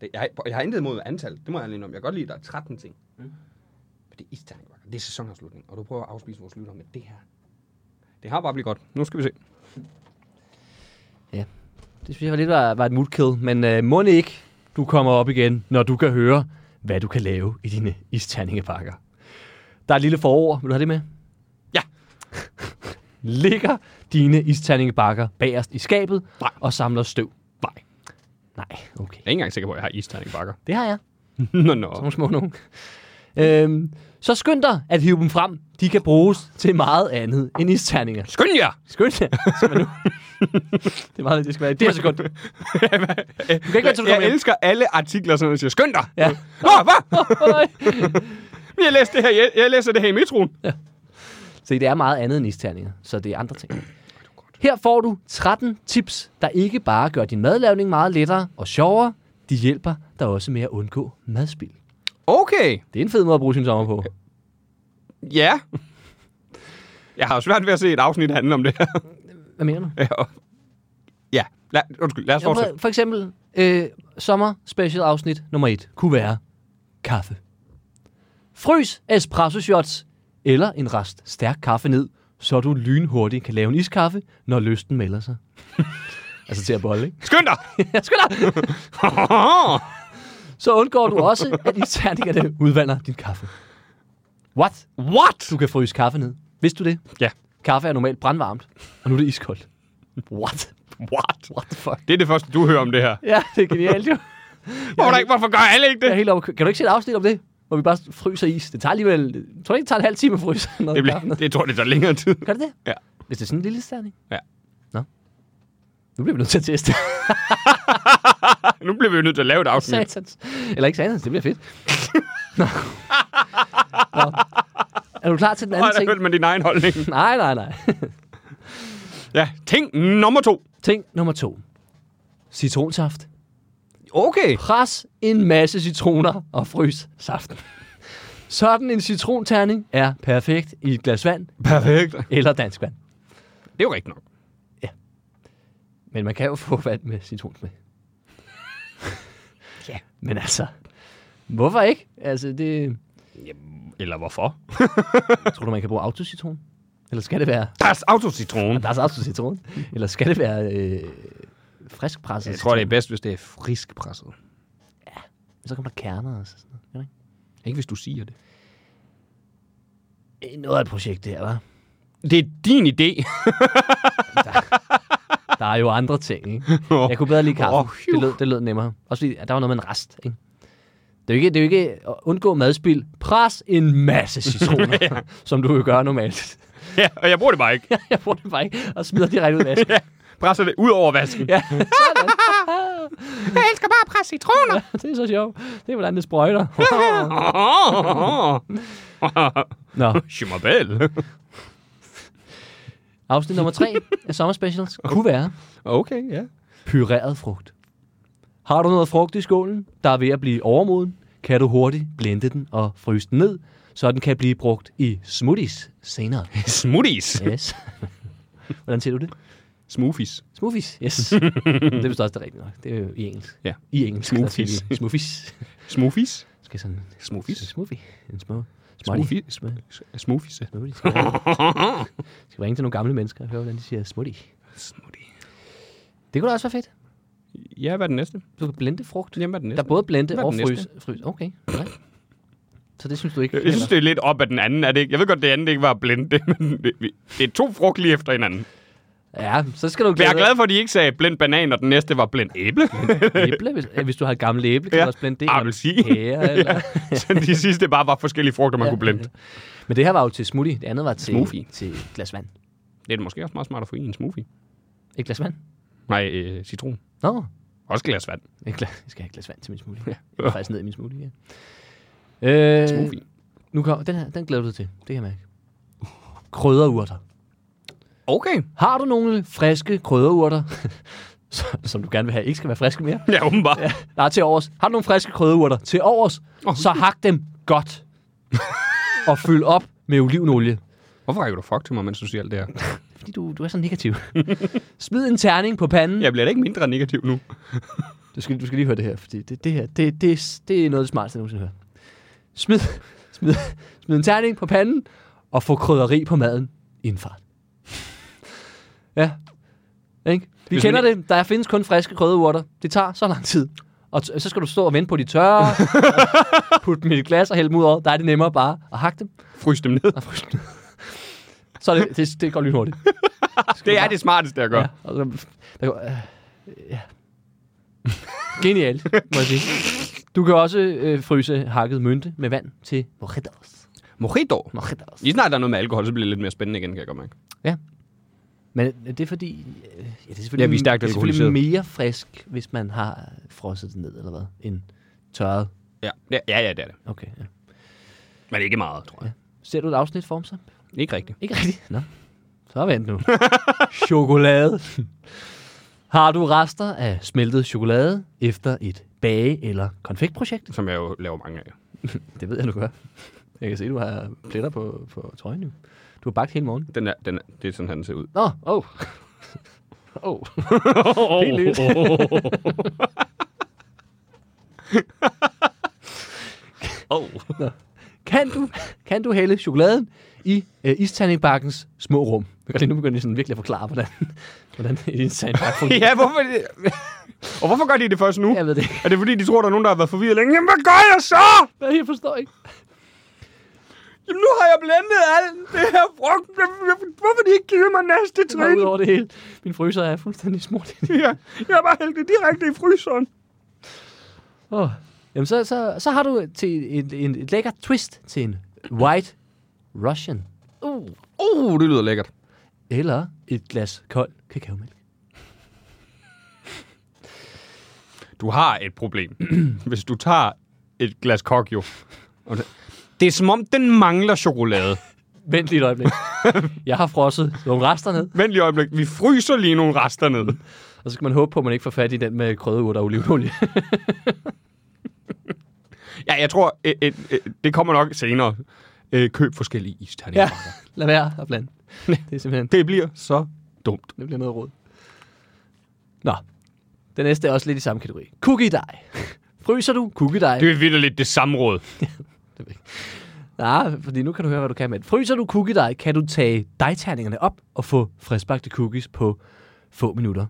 F: Det, jeg, har- jeg har intet imod antallet. Det må jeg alene om. Jeg kan godt lide, at der er 13 ting.
D: Mm.
F: Mm. Men det er isterninger. Det er sæsonafslutning. Og du prøver at afspise vores lytter med det her. Det har bare blivet godt. Nu skal vi se.
D: Det synes jeg var lidt var, var et mutkill, men øh, må ikke, du kommer op igen, når du kan høre, hvad du kan lave i dine isterningepakker. Der er et lille forord, vil du have det med?
F: Ja.
D: Ligger dine isterningepakker bagerst i skabet
F: Nej.
D: og samler støv? Nej. Nej, okay.
F: Jeg er ikke engang sikker på, at jeg har isterningbakker.
D: Det har jeg.
F: nå, nå.
D: Sådan nogle små nogen. Øhm, så skynd dig at hive dem frem. De kan bruges til meget andet end isterninger.
F: Skynd jer!
D: Skynd jer. Skal man nu? det er meget, det skal være i det her sekund. Du kan ikke vente, til du kommer
F: Jeg
D: hjem.
F: elsker alle artikler, sådan noget, der siger, skynd dig!
D: Ja.
F: Nå, hvad?
D: Åh, nej.
F: Jeg læser det her, jeg, jeg læser det her i metroen.
D: Så det er meget andet end isterninger, så det er andre ting. Her får du 13 tips, der ikke bare gør din madlavning meget lettere og sjovere, de hjælper dig også med at undgå madspild.
F: Okay,
D: Det er en fed måde at bruge sin sommer på.
F: ja. Jeg har jo svært ved at se et afsnit handle om det her.
D: Hvad mener du?
F: Ja, lad, undskyld, lad os
D: Jeg
F: fortsætte.
D: prøver, for eksempel, øh, sommer special afsnit nummer 1 kunne være kaffe. Frys espresso shots eller en rest stærk kaffe ned, så du lynhurtigt kan lave en iskaffe, når lysten melder sig. altså til at bolle, ikke?
F: Skynd dig!
D: Jeg skal da! så undgår du også, at isterningerne udvander din kaffe. What? What? Du kan fryse kaffe ned. Vidste du det?
F: ja,
D: Kaffe er normalt brandvarmt, og nu er det iskoldt. What?
F: what?
D: What the fuck?
F: Det er det første, du hører om det her.
D: Ja, det er genialt jo.
F: Hvorfor, der ikke- hvorfor gør alle ikke
D: Jeg er
F: det?
D: helt over. Kan du ikke se et afsnit om det? Hvor vi bare fryser is. Det tager alligevel... Jeg tror ikke, det tager en halv time at fryse noget
F: Det,
D: det
F: bliver, det tror jeg, det tager længere tid.
D: Gør det det?
F: Ja.
D: Hvis det er sådan en lille stærning?
F: Ja.
D: Nå. Nu bliver vi nødt til at teste.
F: Nu bliver vi jo nødt til at lave et afsnit.
D: satans. Eller ikke satans, det bliver fedt. Nå. Nå. Er du klar til den
F: Nej,
D: anden
F: der
D: ting?
F: hørte man din egen holdning.
D: Nej, nej, nej.
F: Ja, ting nummer to.
D: Ting nummer to. Citronsaft.
F: Okay.
D: Pres en masse citroner og frys saften. Sådan en citronterning er perfekt i et glas vand
F: Perfekt.
D: eller dansk vand.
F: Det er jo rigtigt nok.
D: Men man kan jo få vand med citronsmag. ja. Men altså, hvorfor ikke? Altså, det...
F: Eller hvorfor?
D: Tror du, man kan bruge autocitron? Eller skal det være...
F: Deres autocitron.
D: Der er så autocitron. Eller skal det være øh, friskpresset?
F: Jeg tror, det er bedst, hvis det er frisk presset.
D: citron? Så kommer der kerner og sådan noget. Kan
F: Ikke hvis du siger det.
D: det ikke? Øh, Noget af et projekt der, var.
F: Det er din idé.
D: Der er jo andre ting, ikke?
F: Åh.
D: Jeg kunne bedre lide kaffe.
F: Åh, phew.
D: det, lød, det lød nemmere. Også fordi, at der var noget med en rest, ikke? Det er, jo ikke, det er jo ikke at undgå madspild. Pres en masse citroner, som du jo gør normalt.
F: ja, og jeg bruger det bare ikke.
D: jeg bruger det bare ikke, og smider direkte ud af vasken.
F: Presser det ud over vasken.
D: Ja.
F: Jeg elsker bare at presse citroner.
D: det er så sjovt. Det er, hvordan det sprøjter. Nå,
F: Schimmerbell.
D: afsnit nummer tre af Summer Specials kunne være
F: Okay, ja.
D: pyreret frugt. Har du noget frugt i skålen, der er ved at blive overmoden, kan du hurtigt blende den og fryse den ned, så den kan blive brugt i smoothies senere.
F: Smoothies.
D: Yes. Hvordan siger du det?
F: Smoothies.
D: Smoothies, yes. det er vist også det rigtige nok. Det er jo i engelsk.
F: Ja.
D: I engelsk. der siger
F: Smoothies.
D: de Smoothies.
F: Smoothies.
D: Skal sådan
F: Smoothies.
D: Smoothie. En små Småtti.
F: Smoothie.
D: Sm-
F: Smoothies.
D: Småtti. Skal jeg- Skal vi ringe til nogle gamle mennesker og høre, hvordan de siger småtti?
F: Smoothie.
D: Det kunne da også være fedt.
F: Ja, hvad er den næste?
D: Du kan blende frugt.
F: Jamen, hvad er den næste?
D: Der er både blende
F: Hvad er
D: og
F: den
D: frys. frys. Okay, nej. Så det synes du ikke?
F: Jeg, jeg synes, det er lidt op af den anden, er det ikke? Jeg ved godt, det andet ikke var blend, det, men det, vi- det er to frugt lige efter hinanden.
D: Ja, så skal du
F: Men jeg er
D: dig.
F: glad for, at de ikke sagde blend banan, og den næste var blend æble.
D: æble, hvis, øh, hvis du har et gammelt æble, kan
F: Ja. Ah,
D: du også blende det.
F: Appelsin.
D: eller Pære, eller...
F: Så de sidste bare var forskellige frugter, man
D: Ja.
F: kunne blende.
D: Men det her var jo til smoothie, det andet var til,
F: Smoothie.
D: til et glas vand.
F: Det er måske også meget smart at få i en smoothie.
D: Et glas vand?
F: Nej, øh, citron.
D: Nå,
F: Også glas vand.
D: et glas, jeg skal have et glas vand til min smoothie. Ja. Jeg er faktisk ned i min smoothie, ja. Øh,
F: Smoothie.
D: Nu kom, den her, den glæder du dig til, det kan jeg mærke. Krydderurter.
F: Okay.
D: Har du nogle friske krydderurter, som- som du gerne vil have, ikke skal være friske mere?
F: Ja, åbenbart. Ja.
D: Nej, til overs. Har du nogle friske krydderurter til overs,
F: Åh.
D: så hak dem godt. og fyld op med olivenolie.
F: Hvorfor rækker du fuck til mig, mens du siger alt det her?
D: Fordi du, du er så negativ. Smid en terning på panden.
F: Jeg bliver da ikke mindre negativ nu.
D: Du skal, du skal lige høre det her, fordi det, det her, det, det, det er noget af det smarteste, jeg nogensinde har hørt. Smid, smid, smid en terning på panden, og få krydderi på maden i en fart. Ja. Ikke? Vi
F: Hvis man
D: kender det. Der findes kun friske krydderurter. Det tager så lang tid. Og t- så skal du stå og vente på de tørre, og putte dem i et glas og hælde dem ud over. Der er det nemmere bare at hakke dem
F: Frys dem ned.
D: og fryse dem. Så er det, det, det går lynhurtigt.
F: Det er det smarteste, jeg gør.
D: Ja. Og så, der går, øh, ja. Genialt, må jeg sige. Du kan også øh, fryse hakket mynte med vand til mojitos.
F: Mojito.
D: mojitos.
F: Lige snart der er noget med alkohol, så bliver det lidt mere spændende igen, kan jeg godt mærke.
D: Men er det er fordi... Øh, ja, det er
F: Ja,
D: selvfølgelig,
F: vi er stærkt
D: det er selvfølgelig mere frisk, hvis man har øh, frosset det ned, eller hvad, end tørret.
F: Ja, ja, ja, ja det er det.
D: Okay, ja.
F: Men ikke meget, tror jeg.
D: Ser du et afsnit for sig?
F: Ja. Ikke rigtigt.
D: Ikke rigtigt. Nå, så vent nu. chokolade. har du rester af smeltet chokolade efter et bage- eller konfektprojekt?
F: Som jeg jo laver mange af.
D: Det ved jeg, du gør. Jeg kan se, du har pletter på, på trøjen nu. Du har bagt hele morgen.
F: Den er, den er, det er sådan, han ser ud.
D: Nå, åh. Oh. Åh. Oh. Helt vildt.
F: Oh.
D: Kan, du, kan du hælde chokoladen i øh, istandingbakkens små rum? Jeg kan lige nu begynde sådan virkelig at forklare, hvordan, hvordan en istandingbakke fungerer.
F: ja, hvorfor... er det- Og hvorfor gør de det først nu?
D: Jeg ved det ikke.
F: Er det fordi, de tror, der er nogen, der har været forvirret længe? Jamen, hvad gør jeg så?
D: Jeg forstår ikke.
F: Jamen, nu har jeg blandet alt det her frugt. Hvorfor de ikke givet mig næste
D: Det var ud over det hele. Min fryser er fuldstændig smurt.
F: Ja, jeg har bare hældt det direkte i fryseren.
D: Oh. Jamen, så, så, så har du til et, et, et lækkert twist til en white russian. Uh.
F: Uh, det lyder lækkert.
D: Eller et glas kold kakaomælk.
F: Du har et problem. Hvis du tager et glas kokjo. og det- Det er som om, den mangler chokolade.
D: Vent lige et øjeblik. Jeg har frosset nogle rester ned,
F: Vent lige et øjeblik. Vi fryser lige nogle rester ned.
D: og så skal man håbe på, at man ikke får fat i den med krydderurter og olivenolie.
F: Ja, jeg tror, et, et, et, det kommer nok senere. Øh, køb forskellige isterninger. Ja.
D: lad være at blande. Det er simpelthen,
F: Det bliver så dumt.
D: det bliver noget råd. Nå, den næste er også lidt i samme kategori. Cookie dej. Fryser du cookie dej?
F: Det er vildt lidt det samme råd.
D: Nej, Ah, fordi nu kan du høre, hvad du kan med. det. Fryser du cookie dej, kan du tage dejterningerne op og få friskbagte cookies på få minutter.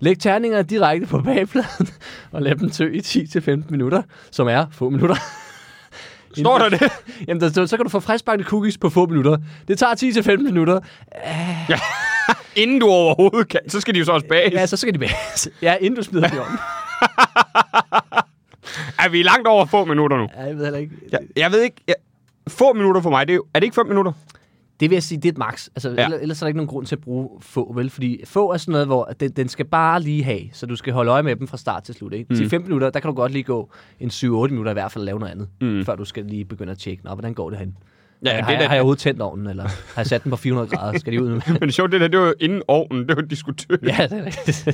D: Læg terningerne direkte på bagfladen og lad dem tø i 10-15 minutter, som er få minutter.
F: Står der det?
D: Jamen, der, stod, så kan du få friskbagte cookies på få minutter. Det tager 10-15 minutter.
F: Inden du overhovedet kan. Så skal de jo så også bag.
D: Ja, så skal de bages. Ja, inden du smider dem i ovnen.
F: Er vi langt over få minutter nu?
D: Ja, jeg ved heller ikke.
F: Ja, jeg ved ikke. Jeg... Få minutter for mig, det er, jo- er det ikke fem minutter?
D: Det vil jeg sige, det er et max. Altså, ja. ellers, ellers er der ikke nogen grund til at bruge få, vel? Fordi få er sådan noget, hvor den, den skal bare lige have, så du skal holde øje med dem fra start til slut. Ikke? Mm. Til 15 minutter, der kan du godt lige gå en 7-8 minutter i hvert fald og lave noget andet, mm. før du skal lige begynde at tjekke, Nå, hvordan går det hen?
F: Ja,
D: har,
F: det
D: jeg,
F: er da-
D: har jeg overhovedet tændt ovnen, eller har jeg sat den på 400 grader? Skal de ud nu?
F: Men sjovt, det der, det var jo inden ovnen, det var diskutørt. Ja.
D: ja, det er rigtigt.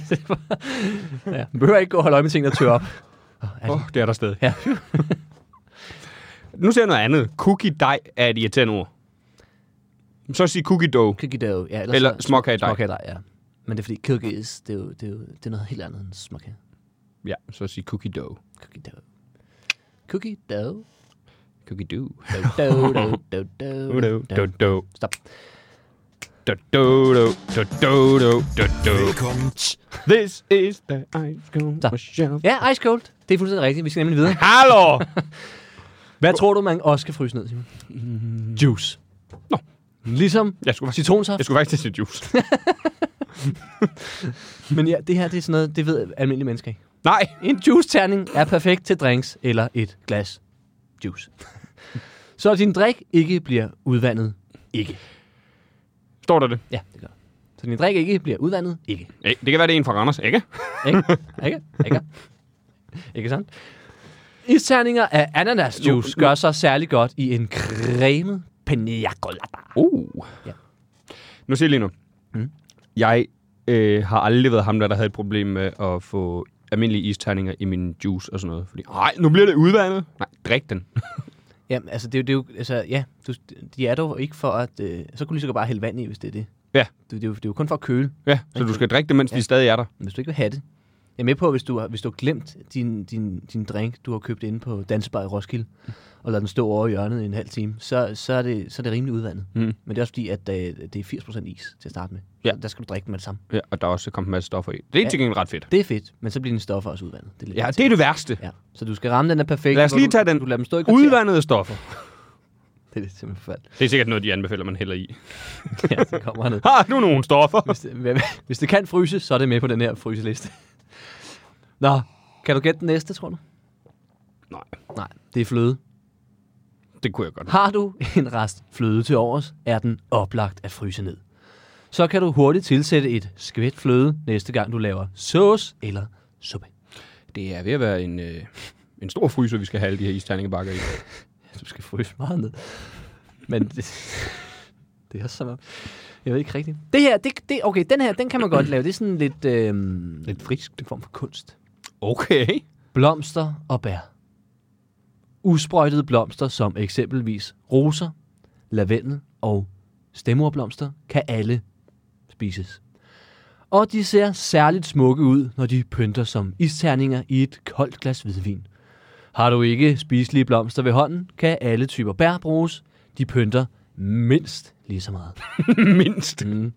D: ja, man behøver ikke gå og holde øje med ting, der tør op.
F: Åh, oh, det er der stadig.
D: Ja.
F: Nu ser jeg noget andet. Cookie dej er et irriterende ord. Så sig cookie dough.
D: Cookie dough, ja.
F: Eller småkagedej.
D: Småkagedej, ja. Men det er fordi cookies, det er jo, det er jo det er noget helt andet end småkage.
F: Ja, så sig cookie dough.
D: Cookie dough. Cookie dough.
F: Cookie do.
D: Do, do, do, do, do, do.
F: do.
D: Stop.
F: Do, do, do, do, do, do, do, do.
E: Velkommen.
F: This is the ice cold
D: Så.
F: machine.
D: Ja, Ice Cold. Det er fuldstændig rigtigt. Vi skal nemlig videre.
F: Hallo!
D: Hvad tror du, man også skal fryse ned, Simon? Juice.
F: Nå.
D: Ligesom
F: Jeg skulle, faktisk,
D: citronsaft.
F: jeg skulle faktisk til at sige juice.
D: Men ja, det her det er sådan noget, det ved almindelige mennesker ikke.
F: Nej!
D: En juice-terning er perfekt til drinks eller et glas juice. Så din drik ikke bliver udvandet. Ikke.
F: Står der det?
D: Ja, det gør det. Så din drik ikke bliver udvandet. Ikke.
F: Eh, Det kan være, det er en fra Randers, ikke?
D: Ikke? Ikke? Ikke? Ikke sandt? Isterninger af ananasjuice
F: Nu- nu-
D: gør sig særlig godt i en cremet pina colada.
F: Uh.
D: Ja.
F: Nu siger jeg lige nu.
D: Mm.
F: Jeg øh, har aldrig været ham, der, der havde et problem med at få almindelige isterninger i min juice og sådan noget. Fordi, nej, nu bliver det udvandet. Nej, drik den.
D: Jamen, altså, det er jo, det er jo altså, ja, du, de er dog ikke for at, øh, så kunne du lige så godt bare hælde vand i, hvis det er det.
F: Ja.
D: Det, det, er jo, det er jo kun for at køle,
F: Ja, så du skal drikke det, mens
D: Ja.
F: vi stadig er der.
D: men hvis du ikke vil have det. Jeg er med på, hvis du har, hvis du har glemt din, din, din drink, du har købt inde på Dansebar i Roskilde, og lader den stå over i hjørnet i en halv time, så, så, er, det, så er det rimelig udvandet.
F: Mm.
D: Men det er også fordi, at øh, det er 80% is til at starte med.
F: Ja.
D: Så der skal du drikke den med det samme.
F: Ja, og der er også kommet en masse stoffer i. Det er
D: Ja.
F: til gengæld ret fedt.
D: Det er fedt, men så bliver dine stoffer også udvandet. Det er lidt
F: Ja,
D: irriterende.
F: det er det værste.
D: Ja, så du skal ramme den der perfekt.
F: Lad os
D: hvor
F: lige
D: du-
F: tage den
D: Du lader dem stå i kvarter.
F: Udvandede stoffer.
D: Det er simpelthen forfærdeligt.
F: Det er sikkert noget, de anbefaler, man hælder i.
D: Ja, så kommer han ned.
F: Har du nogle stoffer?
D: Hvis det, hvis det kan fryse, så er det med på den her fryseliste. Nå, kan du gætte den næste, tror du?
F: Nej,
D: Nej, det er fløde.
F: det kunne jeg godt.
D: Har du en rest fløde til overs, er den oplagt at fryse ned. Så kan du hurtigt tilsætte et skvæt fløde, næste gang du laver sauce eller suppe.
F: Det er ved at være en, øh, en stor fryser, vi skal have alle de her isterningebakker i.
D: Du skal fryse meget ned. Men det, det er også som om... Jeg ved ikke rigtigt. Det her, det, det, okay, den her, den kan man godt lave. Det er sådan lidt... Øhm, lidt frisk. Det form for kunst.
F: Okay.
D: Blomster og bær. Usprøjtede blomster som eksempelvis roser, lavendel og stemmerblomster kan alle spises. Og de ser særligt smukke ud, når de pynter som isterninger i et koldt glas hvidvin. Har du ikke spiselige blomster ved hånden, kan alle typer bær bruges. De pynter mindst lige så meget.
F: Mindst.
D: Mm.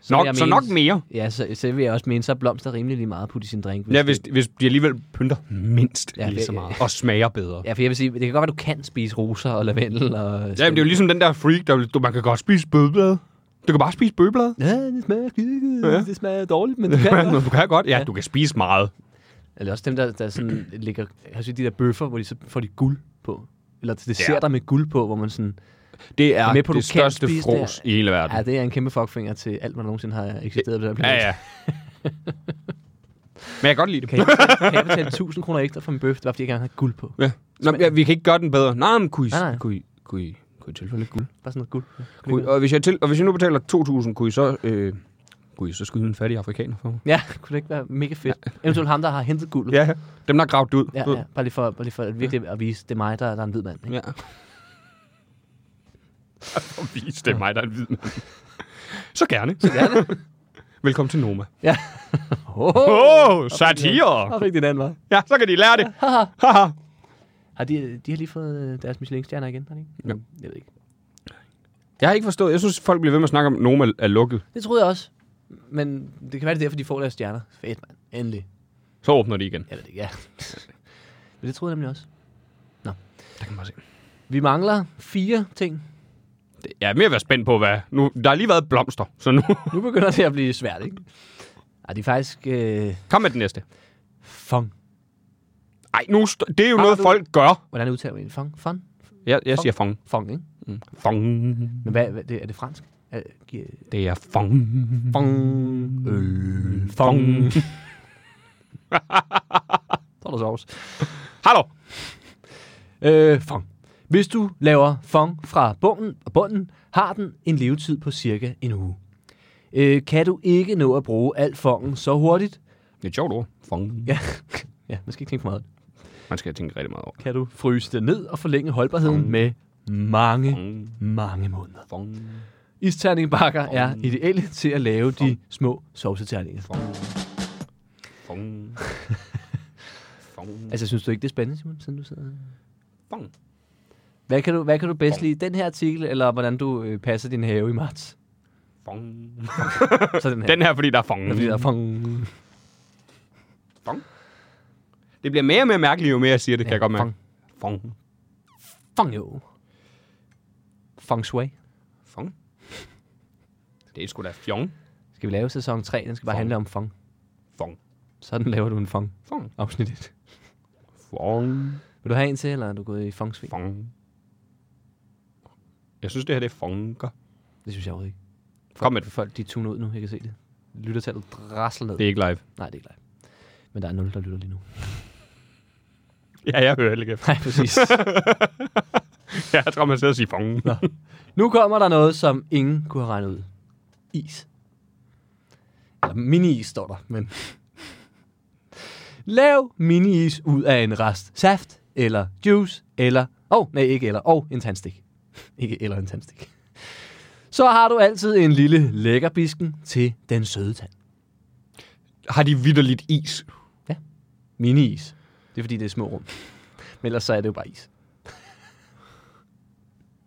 F: Så, nok,
D: vil jeg
F: så
D: mene-
F: nok mere.
D: Ja, så, så vil jeg også mene, så er blomster rimelig lige meget at putte i sin drink.
F: Ja, hvis, hvis de alligevel pynter mindst
D: Ja,
F: ja, lige
D: det-
F: så meget. Og smager bedre. Ja,
D: Ja, for jeg vil sige, det kan godt være, du kan spise roser og lavendel og...
F: Jamen, det er jo ligesom den der freak, der vil- du, man kan godt spise bøgeblad. Du kan bare spise bøgeblad.
D: Ja, det smager skide,
F: Ja.
D: ja. det smager dårligt, men det kan
F: Ja,
D: godt.
F: du kan godt. Ja, du kan spise meget.
D: Eller også dem, der, der sådan ligger... Jeg har set de der bøffer, hvor de så får de guld på. Eller til desserter med guld på, hvor man sådan...
F: Det er,
D: er med på,
F: det
D: du kan
F: største
D: spise
F: fros
D: det.
F: i hele verden.
D: Ja, det er en kæmpe fuckfinger til alt, hvad der nogensinde har eksisteret på den her
F: Ja,
D: planet.
F: ja. Men jeg kan godt lide det.
D: Kan jeg, betale, kan jeg betale 1000 kroner ekstra for min bøf? Det var, fordi jeg gerne havde guld på.
F: Ja. Nå, men, ja, vi kan ikke gøre den bedre. Nej, men kunne I,
D: Nej, nej.
F: Kunne I, kunne I, kunne I tilfælde lidt guld?
D: Bare sådan noget guld.
F: Kunne I, og, hvis jeg til, og hvis jeg nu betaler 2.000, kunne I så... Øh, kunne I så skyde en fattig afrikaner for mig?
D: Ja, kunne det ikke være mega fedt? Eventuelt ham, der har hentet guldet.
F: Ja, dem der har gravet det ud.
D: Ja, ja. Bare lige for, bare lige for at virkelig at vise, det er mig, der, der er en hvid mand. Ikke?
F: ja. Og vis, det er mig, der er en hvid mand. Så gerne. Så gerne. Velkommen til Noma.
D: Oh,
F: Åh, oh, satire!
D: Hvor fik den anden, var?
F: Ja, så kan de lære det. Haha.
D: Har de, de har lige fået øh, deres Michelin-stjerner igen, har de ikke?
F: Jo.
D: Jeg ved ikke.
F: jeg har ikke forstået. Jeg synes, folk bliver ved med at snakke om, at Noma er lukket.
D: Det troede jeg også. Men det kan være, det er derfor, de får deres stjerner. Fedt, mand. Endelig.
F: Så åbner de igen.
D: Jeg ved det ikke, ja. Men det troede jeg nemlig også.
F: Der kan man se.
D: Vi mangler fire ting.
F: Det- Jeg er mere ved at være spændt på, hvad... Nu, der har lige været blomster, så nu...
D: Nu begynder det at blive svært, ikke? Ej, det er faktisk... Øh,
F: Kom med den næste.
D: fong.
F: Ej, nu st- det er jo
D: Har
F: noget,
D: du-
F: folk gør.
D: Hvordan udtaler man det? Fong? Fong?
F: Jeg, jeg siger fong.
D: Fong, ikke?
F: Fong.
D: Men hvad, hvad det, er det fransk? Er, giver,
F: Det er fong.
D: fong. Øl. Fong. Så er der sovs.
F: Hallo.
D: Øh, fong. Hvis du laver fong fra bunden, og bunden har den en levetid på cirka en uge. Øh, kan du ikke nå at bruge al fongen så hurtigt?
F: Det er et sjovt ord. Fong.
D: Ja, ja man skal ikke tænke for meget.
F: Man skal tænke rigtig meget over.
D: Kan du fryse det ned og forlænge holdbarheden
F: Mm.
D: med mange,
F: Fong.
D: mange måneder?
F: Fong.
D: Isterningbakker er
F: Mm.
D: ideelle til at lave de små sovseterninger.
F: Fong. Fong. Fong. Altså-
D: Altså, synes du ikke, det er spændende, Simon, siden du sidder
F: Fong.
D: Hvad kan du, hvad kan du bedst lide? Den her artikel, eller hvordan du øh, passer din have i marts?
F: Fong.
D: Så den her.
F: Den her, fordi der er fong.
D: Fordi der er fong.
F: Det bliver mere og mere mærkeligt, jo mere jeg siger det, ja, kan jeg godt mærke.
D: fong.
F: Fong.
D: Fang jo. Feng Shui.
F: Fong. Det er sgu da fjong.
D: Skal vi lave sæson 3? Den skal bare
F: Fong.
D: handle om fang.
F: Fong.
D: Sådan laver du en fang.
F: Fong.
D: Afsnit 1.
F: Fong.
D: Vil du have en til, eller er du gået i fangsving?
F: Fong. Jeg synes, det her det er fonker.
D: Det synes jeg overhovedet ikke. Folk,
F: Kom med den.
D: Folk, de tuner ud nu. Jeg kan se det. Lyttertallet drasler ned.
F: Det er ikke live.
D: Nej, det er ikke live. Men der er nul, der lytter lige nu.
F: Ja, jeg hører ikke.
D: Nej, præcis.
F: Jeg tror, man sidder og siger fong.
D: nu kommer der noget, som ingen kunne have regnet ud. Is. Eller mini-is står der, men... Lav mini-is ud af en rest saft, eller juice, eller... Åh, oh, nej, ikke eller. Og oh, en tandstik. ikke eller en tandstik. Så har du altid en lille lækkerbisken til den søde tand.
F: Har de vidderligt is?
D: Mini-is. Det er fordi, det er små rum. Men ellers så er det jo bare is.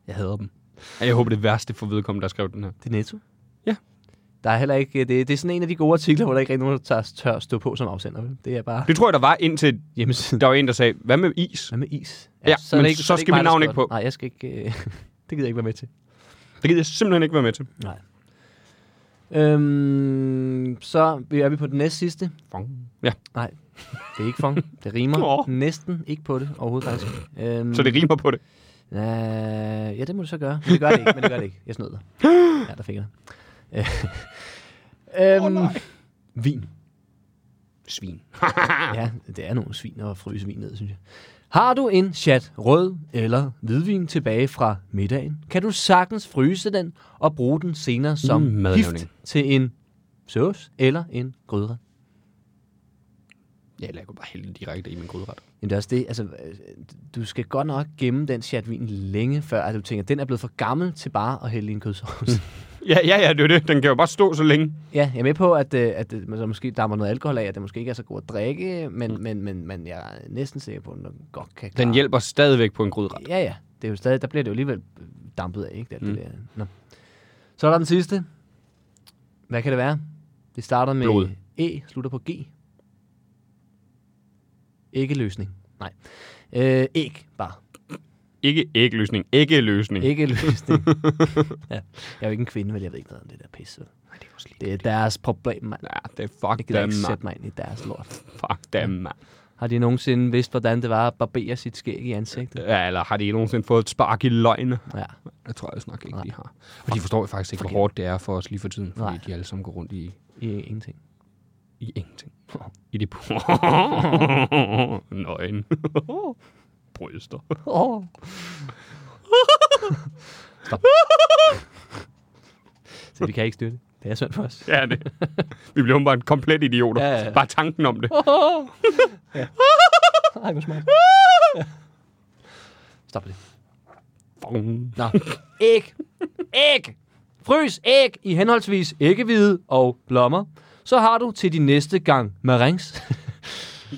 D: Jeg hader dem.
F: Ej, Jeg håber, det værste for vedkommende, der skrev den her.
D: Det er Netto.
F: Ja.
D: Der er heller ikke, det, det er sådan en af de gode artikler, hvor der ikke rigtig nogen, der tør, tør stå på som afsender. vel? Det er bare
F: Det tror jeg, der var indtil
D: hjemmesiden.
F: der var en, der sagde, hvad med is?
D: Hvad med is?
F: Ja,
D: er det
F: men
D: er
F: så
D: det
F: skal
D: mig,
F: mit
D: der skriver
F: navn ikke
D: den.
F: på.
D: Nej, jeg skal ikke, øh, det gider jeg ikke være med til.
F: Det gider jeg simpelthen ikke være med til.
D: Nej. Øhm, så er vi på den næst sidste.
F: Fong. Ja,
D: Nej, det er ikke fong. Det rimer
F: Nå.
D: næsten ikke på det overhovedet faktisk. Øhm,
F: så det rimer på det.
D: Øh, ja, det må du så gøre. Men det gør det ikke, men det gør det ikke. Jeg snød dig. Ja, der fik jeg dig. Øh, øhm, oh, vin.
F: Svin.
D: Ja, det er nogle svin og fryse vin ned, synes jeg. Har du en chat rød eller hvidvin tilbage fra middagen, kan du sagtens fryse den og bruge den senere som
F: Mm,
D: mm,
F: madlavning.
D: gift til en sauce eller en gryderet.
F: Ja, eller jeg kunne bare hælde den direkte i min gryderet.
D: Jamen det er også det, altså, øh, du skal godt nok gemme den chatvin længe før, at du tænker, at den er blevet for gammel til bare at hælde i en kødsovs.
F: Ja, ja, ja, det er jo det. Den kan jo bare stå så længe.
D: Ja, jeg er med på, at, øh, at øh, man så måske dammer noget alkohol af, at det måske ikke er så god at drikke, men, mm. men, men, men jeg er næsten sikker på, at den godt kan klare.
F: Den hjælper stadigvæk på en gryderet.
D: Ja, ja. Det er jo stadig, der bliver det jo alligevel øh, dampet af, ikke? Det, mm. det der. Nå. Så er der den sidste. Hvad kan det være? Det starter med
F: Blod.
D: E, slutter på G. Ikke løsning. Nej. Øh, æg, bare.
F: Ikke ægløsning. Ikke løsning.
D: Ikke løsning. ja. Jeg er jo ikke en kvinde, men jeg ved ikke noget om det der pisse. Nej, det er Det er deres problem, mand.
F: Ja, det er fuck
D: Jeg gider
F: dem,
D: ikke
F: mand.
D: sætte mig ind i deres lort.
F: Fuck dem, mand.
D: Har de nogensinde vidst, hvordan det var at barbere sit skæg i ansigtet?
F: Ja, eller har de nogensinde fået et spark i løgne?
D: Ja.
F: Det tror jeg nok ikke,
D: Nej.
F: de har. Og de forstår jo faktisk ikke, hvor hårdt det er for os lige for tiden, fordi
D: Nej.
F: de alle sammen går rundt i,
D: I ingenting.
F: i ingenting. I det pure. Nøgen. Bryster.
D: Oh. Stop. Så vi kan ikke styre det. Det er synd for os.
F: Ja, det. Vi bliver bare komplet idioter.
D: Ja, ja, ja.
F: Bare tanken om det.
D: Ej, hvor smart. Stop det.
F: Bong.
D: Nå. Æg. Æg. Frys æg i henholdsvis æggehvide og blommer. Så har du til din næste gang marings.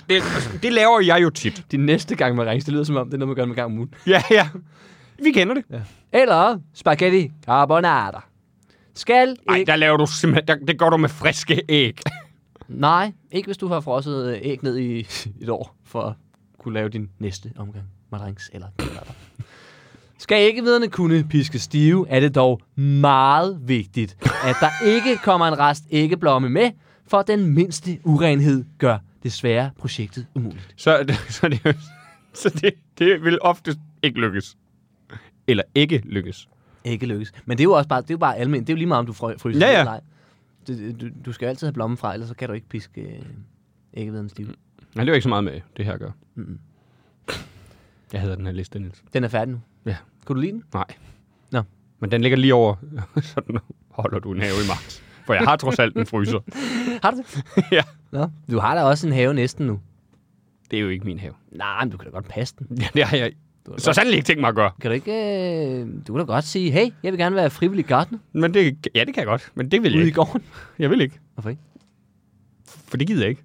F: Det, altså, det laver jeg jo tit.
D: din næste gang marings, det lyder som om, det er noget, man gør en gang om ugen.
F: Ja, ja. Vi kender det.
D: Eller spaghetti carbonara. Skal ikke...
F: Nej, der laver du simpelthen... Der, det gør du med friske æg.
D: Nej, ikke hvis du har frosset øh, æg ned i et år, for at kunne lave din næste omgang. Madrans eller kvadrater. Skal ikke viderne kunne piske stive, er det dog meget vigtigt, at der ikke kommer en rest æggeblomme med, for den mindste urenhed gør desværre projektet umuligt.
F: Så, så, det, så det, det vil oftest ikke lykkes. Eller ikke lykkes.
D: Ikke lykkes. Men det er jo også bare, det er jo bare almindeligt. Det er jo lige meget, om du frø- fryser
F: Ja,
D: ned
F: ja.
D: eller ej. Du, du, du skal jo altid have blommen fra, ellers så kan du ikke piske øh, æggeviden stive.
F: Nej, det er jo ikke så meget med det her at gøre.
D: Mm.
F: Jeg hader den her liste, Niels.
D: Den er færdig nu.
F: Ja.
D: Kunne du lide den?
F: Nej.
D: Nå.
F: Men den ligger lige over. Sådan holder du en have i magt. For jeg har trods alt en fryser.
D: Har du det?
F: ja.
D: Nå, du har da også en have næsten nu.
F: Det er jo ikke min have.
D: Nej, men du kan da godt passe den.
F: Ja, det har jeg så sandelig ikke tænkt mig at gøre.
D: Kan du ikke... Øh, du kan da godt sige, hey, jeg vil gerne være frivillig gartner
F: Men det, ja, det kan jeg godt. Men det vil jeg
D: ude i
F: ikke.
D: gården.
F: Jeg vil ikke.
D: Hvorfor ikke?
F: For det gider jeg ikke.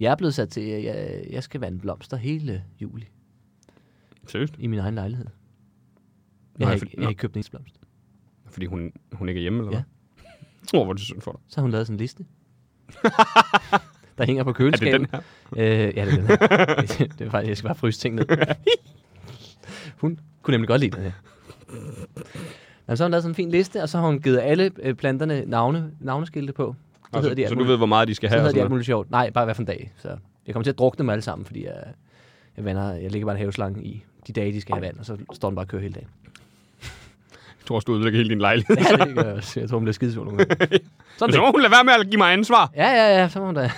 D: Jeg er blevet sat til, at jeg, jeg skal vande blomster hele juli.
F: Seriøst?
D: i min egen lejlighed. Jeg
F: Nej,
D: har
F: for-
D: ikke, jeg
F: nå.
D: har ikke købt en blomst.
F: Fordi hun, hun ikke er hjemme, eller
D: Ja.
F: hvad? Åh, hvor er det synd for dig.
D: Så har hun lavet sådan en liste. der hænger på
F: Er det
D: køleskabet.
F: den her?
D: Øh, ja, det er den her. det er faktisk, jeg skal bare fryse ting ned. hun kunne nemlig godt lide den her. Jamen, så har hun lavet sådan en fin liste, og så har hun givet alle øh, planterne navne, navneskilte på. Så
F: Altså,
D: hedder de alt
F: så du
D: muligt-
F: ved, hvor meget de skal
D: så
F: have?
D: hedder
F: og
D: de alt
F: sådan
D: muligt sjovt. Nej, bare hver for en dag. Så jeg kommer til at drukne dem alle sammen, fordi jeg, jeg, vander, jeg ligger bare en haveslange i de dage, de skal have vand, og så står den bare og kører hele dagen.
F: noget. Jeg tror også, du ødelægger hele din lejlighed.
D: Ja, det gør jeg også. Jeg tror, hun bliver skidesur nogle gange. Sådan
F: så
D: det.
F: må hun lade være med at give mig ansvar.
D: Ja, ja, ja, så må hun da.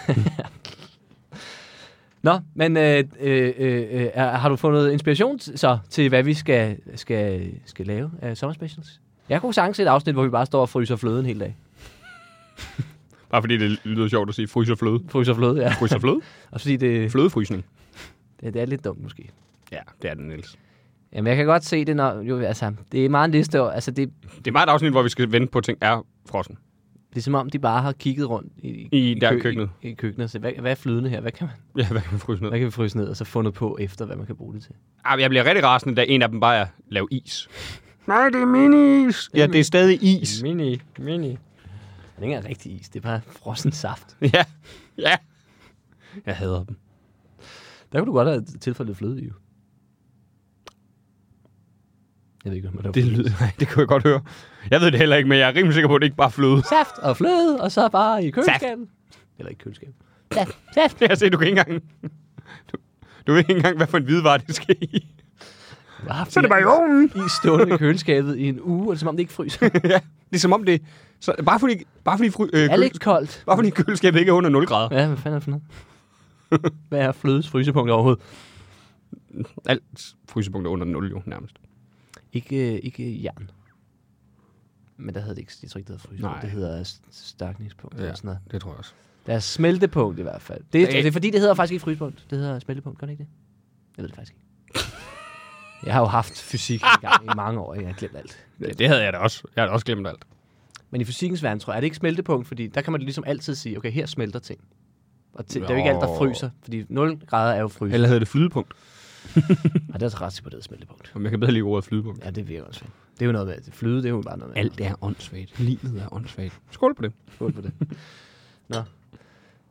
D: Nå, men øh, øh, øh, øh, er- har du fundet inspiration t- så til, hvad vi skal, skal, skal lave af sommerspecials? Jeg kunne sagtens se et afsnit, hvor vi bare står og fryser fløden hele dag.
F: Bare fordi det lyder sjovt at sige fryser fløde.
D: Fryser fløde, ja.
F: Fryser fløde?
D: Og fordi det,
F: Flødefrysning.
D: det, det er lidt dumt måske.
F: Ja, det er den, Niels.
D: Jamen, jeg kan godt se det, når... Jo, altså, det er meget en liste over. Altså, det,
F: Det er meget et afsnit, hvor vi skal vente på, at ting er frossen.
D: det er som ligesom om, de bare har kigget rundt i,
F: I der køkkenet.
D: I, i køkkenet. Så hvad, hvad er flydende her? Hvad kan, man,
F: Ja, hvad kan man fryse ned?
D: hvad kan vi fryse ned, og så fundet på efter, hvad man kan bruge det til?
F: Ah, jeg bliver rigtig rasende, da en af dem bare er, lav is. Nej, det er minis. Ja, det er stadig is.
D: Mini, mini. Det er ikke engang rigtig is, det er bare frossen saft.
F: Ja, ja. Jeg hader dem.
D: Der kunne du godt have tilføjet lidt fløde i. jo. Jeg ved ikke, hvad man
F: Det lyder, nej, det kunne jeg godt høre. Jeg ved det heller ikke, men jeg er rimelig sikker på, at det ikke bare er fløde.
D: Saft og fløde, og så bare i køleskabet. Eller ikke køleskabet. Saft, saft.
F: Jeg ser, du kan ikke engang... Du, du ved ikke engang, hvad for en hvidevare det skal i.
D: Så
F: ovnen.
D: i stående i køleskabet i en uge, og det er som om det ikke fryser.
F: ja, det er som om det... Så, bare fordi, bare fordi, fry, øh,
D: Det er lidt
F: køles,
D: koldt.
F: bare fordi køleskabet ikke er under 0 grader.
D: Ja, hvad fanden er det for noget? Hvad er flødes frysepunkt overhovedet?
F: Alt frysepunkt er under 0 jo, nærmest.
D: Ikke, øh, ikke jern. Men der hedder det ikke, jeg tror ikke, det hedder frysepunkt.
F: Nej.
D: Det hedder st- stakningspunkt. Ja. Eller sådan noget.
F: det tror jeg også.
D: Der er smeltepunkt i hvert fald. Det,
F: Der
D: det,
F: er-
D: det er fordi, det hedder faktisk ikke frysepunkt. Det hedder smeltepunkt, gør det ikke det? Jeg ved det faktisk ikke. Jeg har jo haft fysik i gang i mange år, og jeg har glemt alt.
F: Ja, det havde jeg da også. Jeg havde da også glemt alt.
D: Men i fysikkens verden, tror jeg, er det ikke smeltepunkt, fordi der kan man ligesom altid sige, okay, her smelter ting. Og til, det er jo ikke alt, der
F: Nå.
D: fryser, fordi 0 grader er jo fryser.
F: Eller
D: Eller...
F: havde det flydepunkt.
D: Og det er så ret på det er et smeltepunkt.
F: Om jeg kan bedre lide ordet flydepunkt.
D: Ja, det virker også fint. Det er jo noget med, at flyde, det er jo bare noget med.
F: er åndssvagt. Livet er åndssvagt. Skål på det.
D: Skål på det. Nå.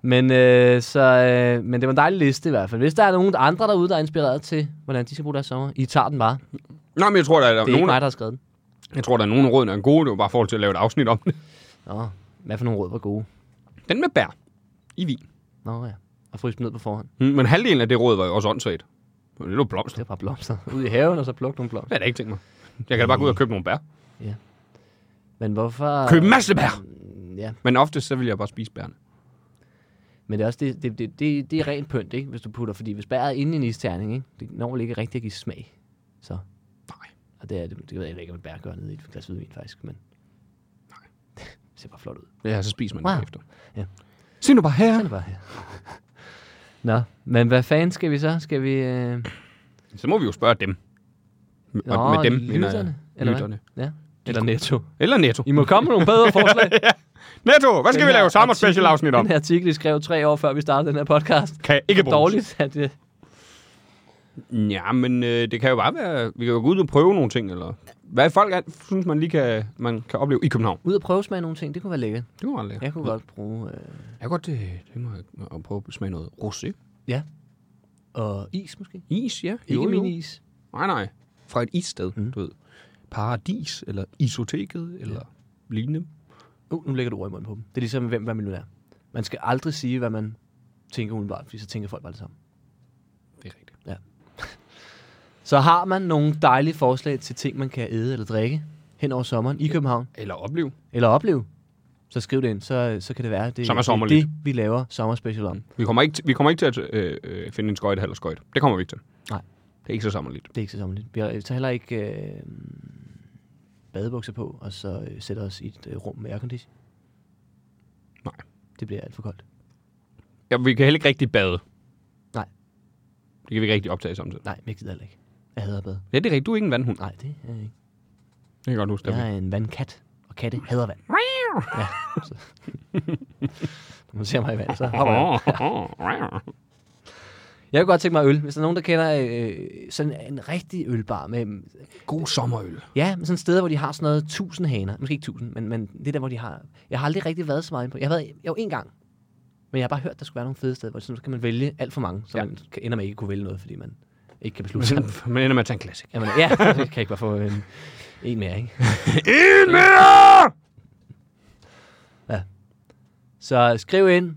D: Men, øh, så, øh, men det var en dejlig liste i hvert fald. Hvis der er nogen andre derude, der er inspireret til, hvordan de skal bruge deres sommer, I tager den bare. Det
F: Nå, men jeg tror, der er,
D: er ikke
F: nogen,
D: mig, der har skrevet den.
F: jeg tror, der er nogen af rådene, der er gode. Det var bare forhold til at lave et afsnit om det.
D: Nå, hvad for nogle råd var gode?
F: Den med bær. I vin.
D: Nå ja, og fryse dem ned på forhånd.
F: Mm, Men halvdelen af det råd var jo også åndssvagt. Det var blomster.
D: Det er bare blomster. Ud i haven, og så plukke nogle
F: Det
D: blomster.
F: har jeg da ikke tænkt mig. Jeg kan da bare gå ud og købe nogle bær.
D: Men hvorfor... Mm,
F: Købe en masse bær!
D: Ja,
F: Men oftest så vil jeg bare spise bærene.
D: men det er også det, det, det, det, det er rent pynt, ikke? Hvis du putter, fordi hvis bæret er inde i en isterning, ikke? Det når vel ikke rigtig at give smag. Så.
F: Nej.
D: Og det, er, det, det ved jeg ikke, om et bær gør ned i et glas hvidvin, faktisk, men... Nej. det ser bare flot ud.
F: Ja, så spiser man
D: Wow.
F: wow. efter.
D: Ja.
F: Se nu bare her.
D: Den er bare her. Nå, men hvad fanden skal vi så? Skal vi... Øh...
F: Så må vi jo spørge dem. M- og
D: Nå,
F: med dem, mener jeg.
D: lytterne, eller hvad?
F: lytterne.
D: Ja. Eller Netto.
F: Eller Netto.
D: I må komme med nogle bedre forslag.
F: Netto, hvad skal
D: Den
F: vi
D: her
F: lave sommer
D: artikel-
F: special afsnit om?
D: Den her artikel, I skrev tre år før vi startede den her podcast.
F: Kan ikke bruges.
D: Dårligt, at øh, det...
F: Ja, men øh, det kan jo bare være, vi kan jo gå ud og prøve nogle ting, eller hvad folk er, synes, man lige kan, man kan opleve i København.
D: Ud og prøve smage nogle ting, det kunne være lækkert.
F: Det var aldrig.
D: Jeg kunne godt bruge... Øh...
F: Jeg kan godt øh, tænke mig at prøve at smage noget rosé.
D: Ja. Og is måske.
F: Is, ja.
D: Ikke min is.
F: Nej, nej. Fra et issted, mm. du ved. Paradis, eller isoteket, eller ja. lignende.
D: Uh, nu lægger du ord i munden på dem. Det er ligesom, hvem hvad millionær. Man skal aldrig sige, hvad man tænker umiddelbart, fordi så tænker folk bare det samme.
F: Det er rigtigt.
D: Så har man nogle dejlige forslag til ting, man kan æde eller drikke hen over sommeren i København,
F: Eller opleve.
D: eller opleve, så skriv det ind, så, øh, så kan det være, at det,
F: Som er
D: det er
F: sommerligt.
D: det, vi laver sommerspecial om.
F: Vi kommer ikke, til, vi kommer ikke til at øh, øh, finde en skøjt, halv skøjt. Det kommer vi ikke til.
D: Nej.
F: Det er ikke så sommerligt.
D: Det er ikke så sommerligt. Vi har- tager heller ikke øh, badebukser på, og så øh, sætter os i et øh, rum med aircondition.
F: Nej.
D: Det bliver alt for koldt.
F: Ja, vi kan heller ikke rigtig bade.
D: Nej.
F: Det kan vi ikke rigtig optage samtidig.
D: Nej, men jeg gider heller ikke. Jeg hader at bade.
F: Ja, det er rigtigt. Du er ikke en vandhund.
D: Nej, det er jeg ikke.
F: Det kan jeg godt huske.
D: Jeg
F: Ja,
D: er en vandkat, og katte hader vand. Ja, så. Når man ser mig i vand, så hopper jeg.
F: ja.
D: Jeg kunne godt tænke mig øl. Hvis der er nogen, der kender øh, sådan en rigtig ølbar med...
F: God sommerøl.
D: Ja, med sådan steder, hvor de har sådan noget 1000 haner. Måske ikke 1000, men, men det der, hvor de har... Jeg har aldrig rigtig været så meget inde på. Jeg har været jeg var en gang, men jeg har bare hørt, der skulle være nogle fede steder, hvor sådan, så kan man vælge alt for mange, så
F: Ja.
D: ja. man kan- ender med ikke at kunne vælge noget, fordi man ikke kan beslutte sig.
F: Men ender med at tage en klassik.
D: Jamen, ja, jeg kan ikke bare få en, en mere, ikke?
F: En mere!
D: Så skriv ind.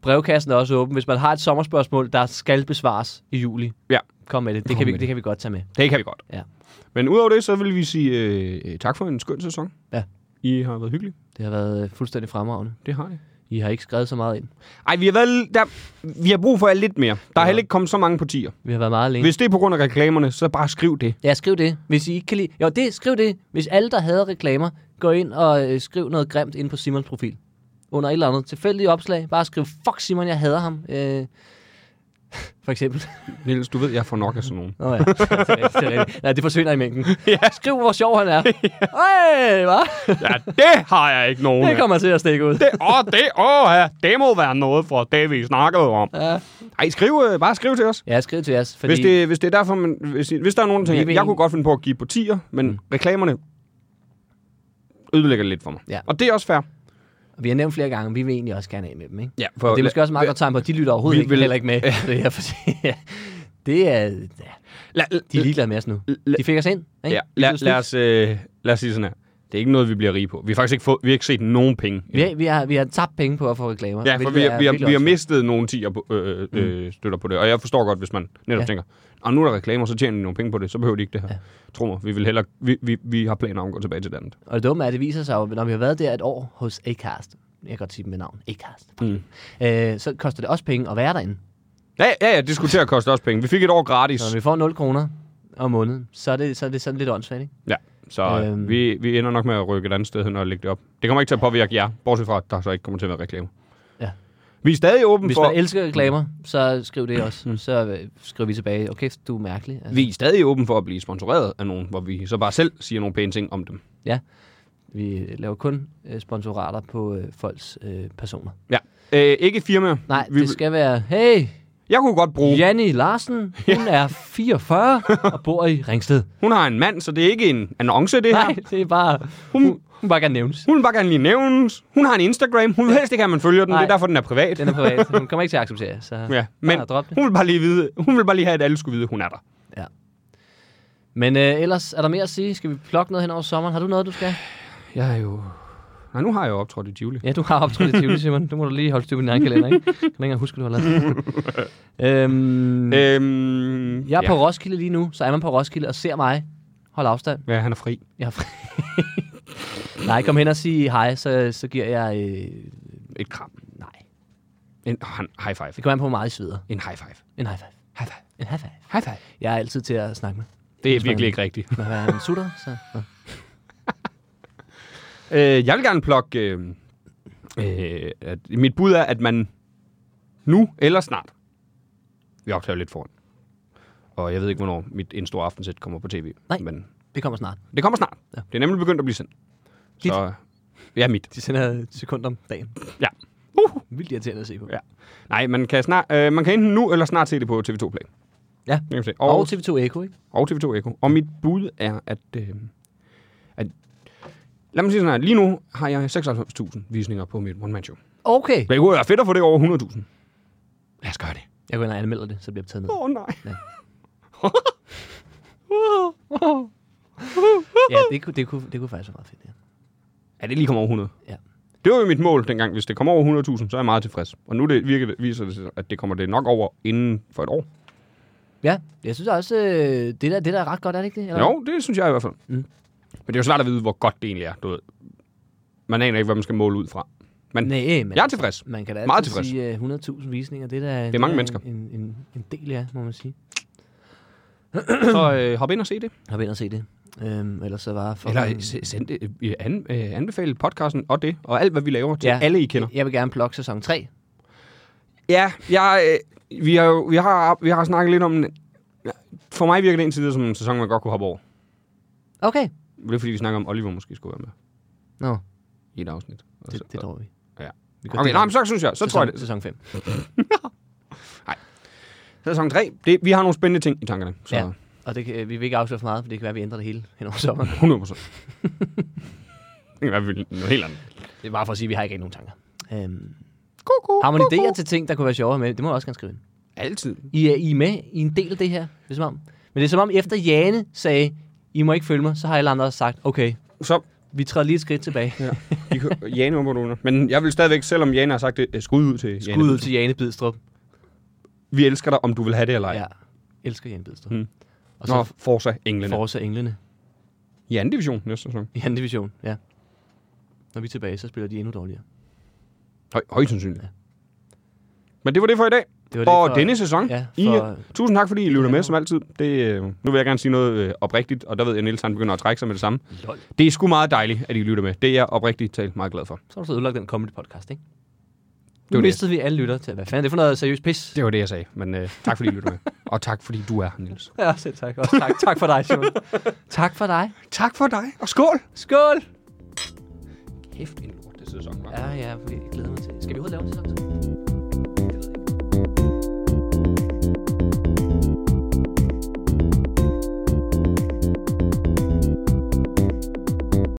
D: Brevkassen er også åben. Hvis man har et sommerspørgsmål, der skal besvares i juli,
F: Ja,
D: kom med det. Det,
F: Kom
D: kan, vi,
F: med det.
D: det kan vi godt tage med.
F: det kan vi godt.
D: Ja.
F: Men udover det, så vil vi sige øh, øh, tak for en skøn sæson.
D: Ja.
F: I har været hyggelige.
D: Det har været øh, fuldstændig fremragende.
F: Det har jeg.
D: I har ikke skrevet så meget ind.
F: Ej, vi har, været, der, vi har brug for jer lidt mere. Der er heller ikke kommet så mange partier.
D: Vi har været meget alene.
F: Hvis det er på grund af reklamerne, så bare skriv det.
D: Ja, skriv det. Hvis I ikke kan lide... Jo, det, skriv det. Hvis alle, der havde reklamer, gå ind og øh, skriv noget grimt ind på Simons profil. Under et eller andet tilfældigt opslag. Bare skriv, fuck Simon, jeg hader ham. Øh, for eksempel.
F: Niels, du ved, jeg får nok af sådan nogen.
D: Nå ja, det er rigtigt, det er rigtigt. Nej, det forsvinder i mængden. ja. Skriv, hvor sjov han er. Øj, hva?
F: Ja, det har jeg ikke nogen
D: Det kommer til at stikke ud.
F: Det, åh, det, åh, ja, det må være noget fra det, vi snakkede om.
D: Ja.
F: Ej, skriv, øh, bare skriv til os.
D: Ja, skriv til os. Fordi
F: Fordi... Hvis, det, hvis det er derfor, man, hvis, hvis der er nogen, der
D: Vi
F: tænker,
D: vil-
F: jeg kunne godt finde på at give på 10'er, men mm. reklamerne ødelægger det lidt for mig.
D: Ja.
F: Og det er også fair.
D: vi har nævnt flere gange, vi vil egentlig også gerne af med dem, ikke?
F: Ja,
D: For, det er måske også meget godt tegn på, at de lytter overhovedet
F: vi
D: ikke,
F: vil-
D: vil... heller ikke med på det her, fordi det er, ja,
F: La, la,
D: de er ligeglade med os nu.
F: la,
D: De fik os ind, ikke?
F: ja,
D: Vi
F: la,
D: blev snydt.
F: lad, os, øh, lad os sige sådan her. Det er ikke noget, vi bliver rige på. Vi har faktisk ikke, fået, vi har ikke set nogen penge.
D: Vi, har- vi, har, vi har tabt penge på at få reklamer.
F: Ja, for
D: hvilket
F: vi har,
D: er
F: vi har,
D: virkelig
F: vi
D: også-
F: har
D: Mm.
F: mistet nogle 10'er på, øh, øh, støtter på det. Og jeg forstår godt, hvis man netop ja.
D: Ja.
F: tænker, og nu er der reklamer, så tjener de nogle penge på det, så behøver de ikke det her. Ja. Tro mig, vi, vil hellere, vi, vi, vi har planer om at gå tilbage til det andet.
D: Og det dumme er, at det viser sig jo, når vi har været der et år hos Acast, jeg kan godt sige dem med navn, Acast, mm. øh, så koster det også penge at være derinde.
F: Ja, ja, ja, det skulle til at koste også penge. Vi fik et år gratis.
D: Så når vi får 0 kroner om måneden, så er det, så er det sådan lidt åndssvagt, ikke?
F: Ja, så øhm.
D: Øhm.
F: vi, vi ender nok med at rykke et andet sted hen og lægge det op. Det kommer ikke til at påvirke jer, bortset fra, at der så ikke kommer til at være reklame.
D: Ja.
F: Vi er stadig åben
D: Hvis
F: for...
D: man elsker reklamer, så skriv det
F: Mm.
D: også. Så øh, skriver vi tilbage, okay, du er mærkelig. Altså,
F: Vi er stadig åben for at blive sponsoreret af nogen, hvor vi så bare selv siger nogle pæne ting om dem.
D: Ja, vi øh, laver kun øh, sponsorater på øh, folks øh, personer.
F: Ja. Øh, ikke firmaer.
D: Nej,
F: vi, Oh.
D: det skal være, hey,
F: Jeg kunne godt bruge... Ja.
D: Janni Larsen, hun er 44 og bor i Ringsted.
F: Hun har en mand, så det er ikke en annonce, det
D: Nej,
F: her.
D: det er bare, hun, hun vil bare gerne nævnes.
F: Hun vil bare gerne lige nævnes. Hun har en Instagram. Hun vil helst ikke have, at man følger den.
D: Nej.
F: Det er derfor, den er privat.
D: Den er privat, så hun kommer ikke til at acceptere, så
F: Ja, men
D: men... bare drop det.
F: hun vil bare lige vide, hun vil bare lige have, at alle skulle vide, at hun er der.
D: Men øh, ellers, er der mere at sige? Skal vi plukke noget hen over sommeren? Har du noget, du skal?
F: Jeg er jo... Nej, nu har jeg jo optrådt i Tivoli.
D: Ja, du har optrådt i Tivoli, Simon. Du må du lige holde styr på din egen kalender, ikke? Jeg kan ikke engang huske, du har lavet det. øhm, øh,
F: Øhm,
D: jeg er
F: ja.
D: ja. på Roskilde lige nu, så er man på Roskilde og ser mig. Hold afstand.
F: Ja, han er fri.
D: Jeg er fri. Nej, kom hen og sig hej, så, så giver jeg... Øh,
F: Et kram.
D: nej,
F: En han, high five.
D: det kommer an på, hvor meget I sveder.
F: En high five.
D: En high five.
F: High five.
D: En high five.
F: High five.
D: Jeg er altid til at snakke med.
F: Det er
D: Hvis man-
F: virkelig ikke rigtigt.
D: Når jeg er en sutter, så... Nå.
F: øh, jeg vil gerne plukke... Øh, øh, at mit bud er, at man nu eller snart... Vi optager lidt foran. Og jeg ved ikke, hvornår mit en stor aftensæt kommer på tv.
D: Nej.
F: Men
D: Det kommer snart.
F: det kommer snart. Ja.
D: Ja.
F: Det er nemlig begyndt at blive sendt.
D: Dit?
F: Så, ja, mit.
D: De sender et sekund om dagen. Uhuh.
F: Ja. Uh.
D: Vildt irriterende at se på.
F: Ja. Nej, man kan, snart, øh, man kan enten nu eller snart se det på TV2 Play.
D: Ja.
F: Det kan man se.
D: Og, og TV2 Echo, ikke?
F: og TV2 Eko. Og mit bud er, at... Øh, at lad mig sige sådan her. Lige nu har jeg 96.000 visninger på mit one-man-show.
D: Okay.
F: Det kunne være fedt at få det over 100.000. Lad os gøre det.
D: Jeg går ind og anmelder det, så det bliver taget ned.
F: Åh, oh, nej.
D: Ja, det kunne, det kunne, det kunne faktisk være meget fedt, ja.
F: Er det lige kommer over 100?
D: Ja.
F: Det var jo mit mål dengang. Hvis det kommer over 100.000, så er jeg meget tilfreds. Og nu det virker, det- viser det sig, at det kommer det nok over inden for et år.
D: Ja, jeg synes også, øh, det, der, det der er ret godt, er det ikke det? Eller?
F: Jo, det synes jeg i hvert fald. Mm. Men det er jo svært at vide, hvor godt det egentlig er. Du ved. Man aner ikke, hvad man skal måle ud fra. Men
D: Nej,
F: Nej.
D: men
F: jeg er tilfreds.
D: man kan da
F: Meget
D: altid
F: tilfreds.
D: sige øh, 100.000 visninger. Det, der, det er
F: mange
D: da
F: mennesker.
D: En, en, en del af, må man sige.
F: Så øh, hop ind og se det.
D: Har vi ind og se det. Øhm, ellers så var for...
F: Eller øh, se- send det, øh, an, øh, anbefale podcasten og det, og alt hvad vi laver til ja.
D: Ja.
F: alle I kender.
D: Jeg vil gerne plukke sæson 3.
F: Ja, jeg, øh, vi, har, jo- vi, har, vi har snakket lidt om... For mig virker det indtil videre som en sæson, man godt kunne hoppe over.
D: Okay.
F: Det er fordi, vi snakker om, at Oliver måske skulle være med
D: Nå,
F: i et afsnit. Altså, Og
D: det,
F: så-
D: det tror vi.
F: Ja.
D: vi
F: Okay, nej, men så synes jeg, så
D: sæson,
F: tror jeg det.
D: Sæson 5.
F: Sæson 3. Det, vi har nogle spændende ting i tankerne. Så
D: Ja.
F: ja.
D: Og det, kan- vi vil ikke afsløre for meget, for det kan være, at vi ændrer det hele hen over sommeren.
F: 100 procent. det kan være vi vil noget helt andet.
D: Det er bare for at sige, at vi har ikke rigtig nogen tanker. Øhm, har man idéer til ting, der kunne være sjovere med? Det må jeg også gerne skrive ind.
F: Altid.
D: I er, I er med i en del af det her, det er som om. Men det er som om, efter Jane sagde, I må ikke følge mig, så har alle andre også sagt, okay,
F: Så,
D: vi træder lige et skridt tilbage. Ja.
F: I kan, Jane var på nogen. Men jeg vil stadigvæk, selvom Jane har sagt det, øh, skud ud til Jane.
D: Skud ud til Jane Bidstrup.
F: Vi elsker dig, om du vil have det eller ej.
D: Ja,
F: Ja.
D: elsker Jane Bidstrup.
F: Mm.
D: Og
F: Nå,
D: så
F: Forza Englene. For...
D: Forza Englene
F: I anden division næste sæson.
D: i anden division, ja. Når vi er tilbage, så spiller de endnu dårligere.
F: Høj, højst sandsynligt.
D: Ja.
F: Ja. Men det var det for i dag.
D: Det var det
F: og
D: for-
F: denne sæson.
D: Ja,
F: I,
D: for-
F: øh, tusind tak, fordi I lytter med som altid. Det, øh, nu vil jeg gerne sige noget øh, oprigtigt, og der ved jeg, at Niels han begynder at trække sig med det samme.
D: Lol.
F: Det er sgu meget dejligt, at I lytter med. Det er jeg oprigtigt talt meget glad for.
D: Så har du så ødelagt den kommende podcast, ikke?
F: var
D: Nu
F: det.
D: mistede vi alle lytter til, hvad fanden er det for noget seriøst pis?
F: Det var det, jeg sagde. Men øh, tak, fordi I lytter med. Og tak, fordi du er her, Niels.
D: Ja, selv tak. Også tak. tak for dig, Simon. tak for dig.
F: Tak for dig, og skål!
D: Skål!
F: Kæft en lorte sæson, var.
D: Ja, ja, jeg glæder mig til. Skal vi overhovedet lave en sæson? to?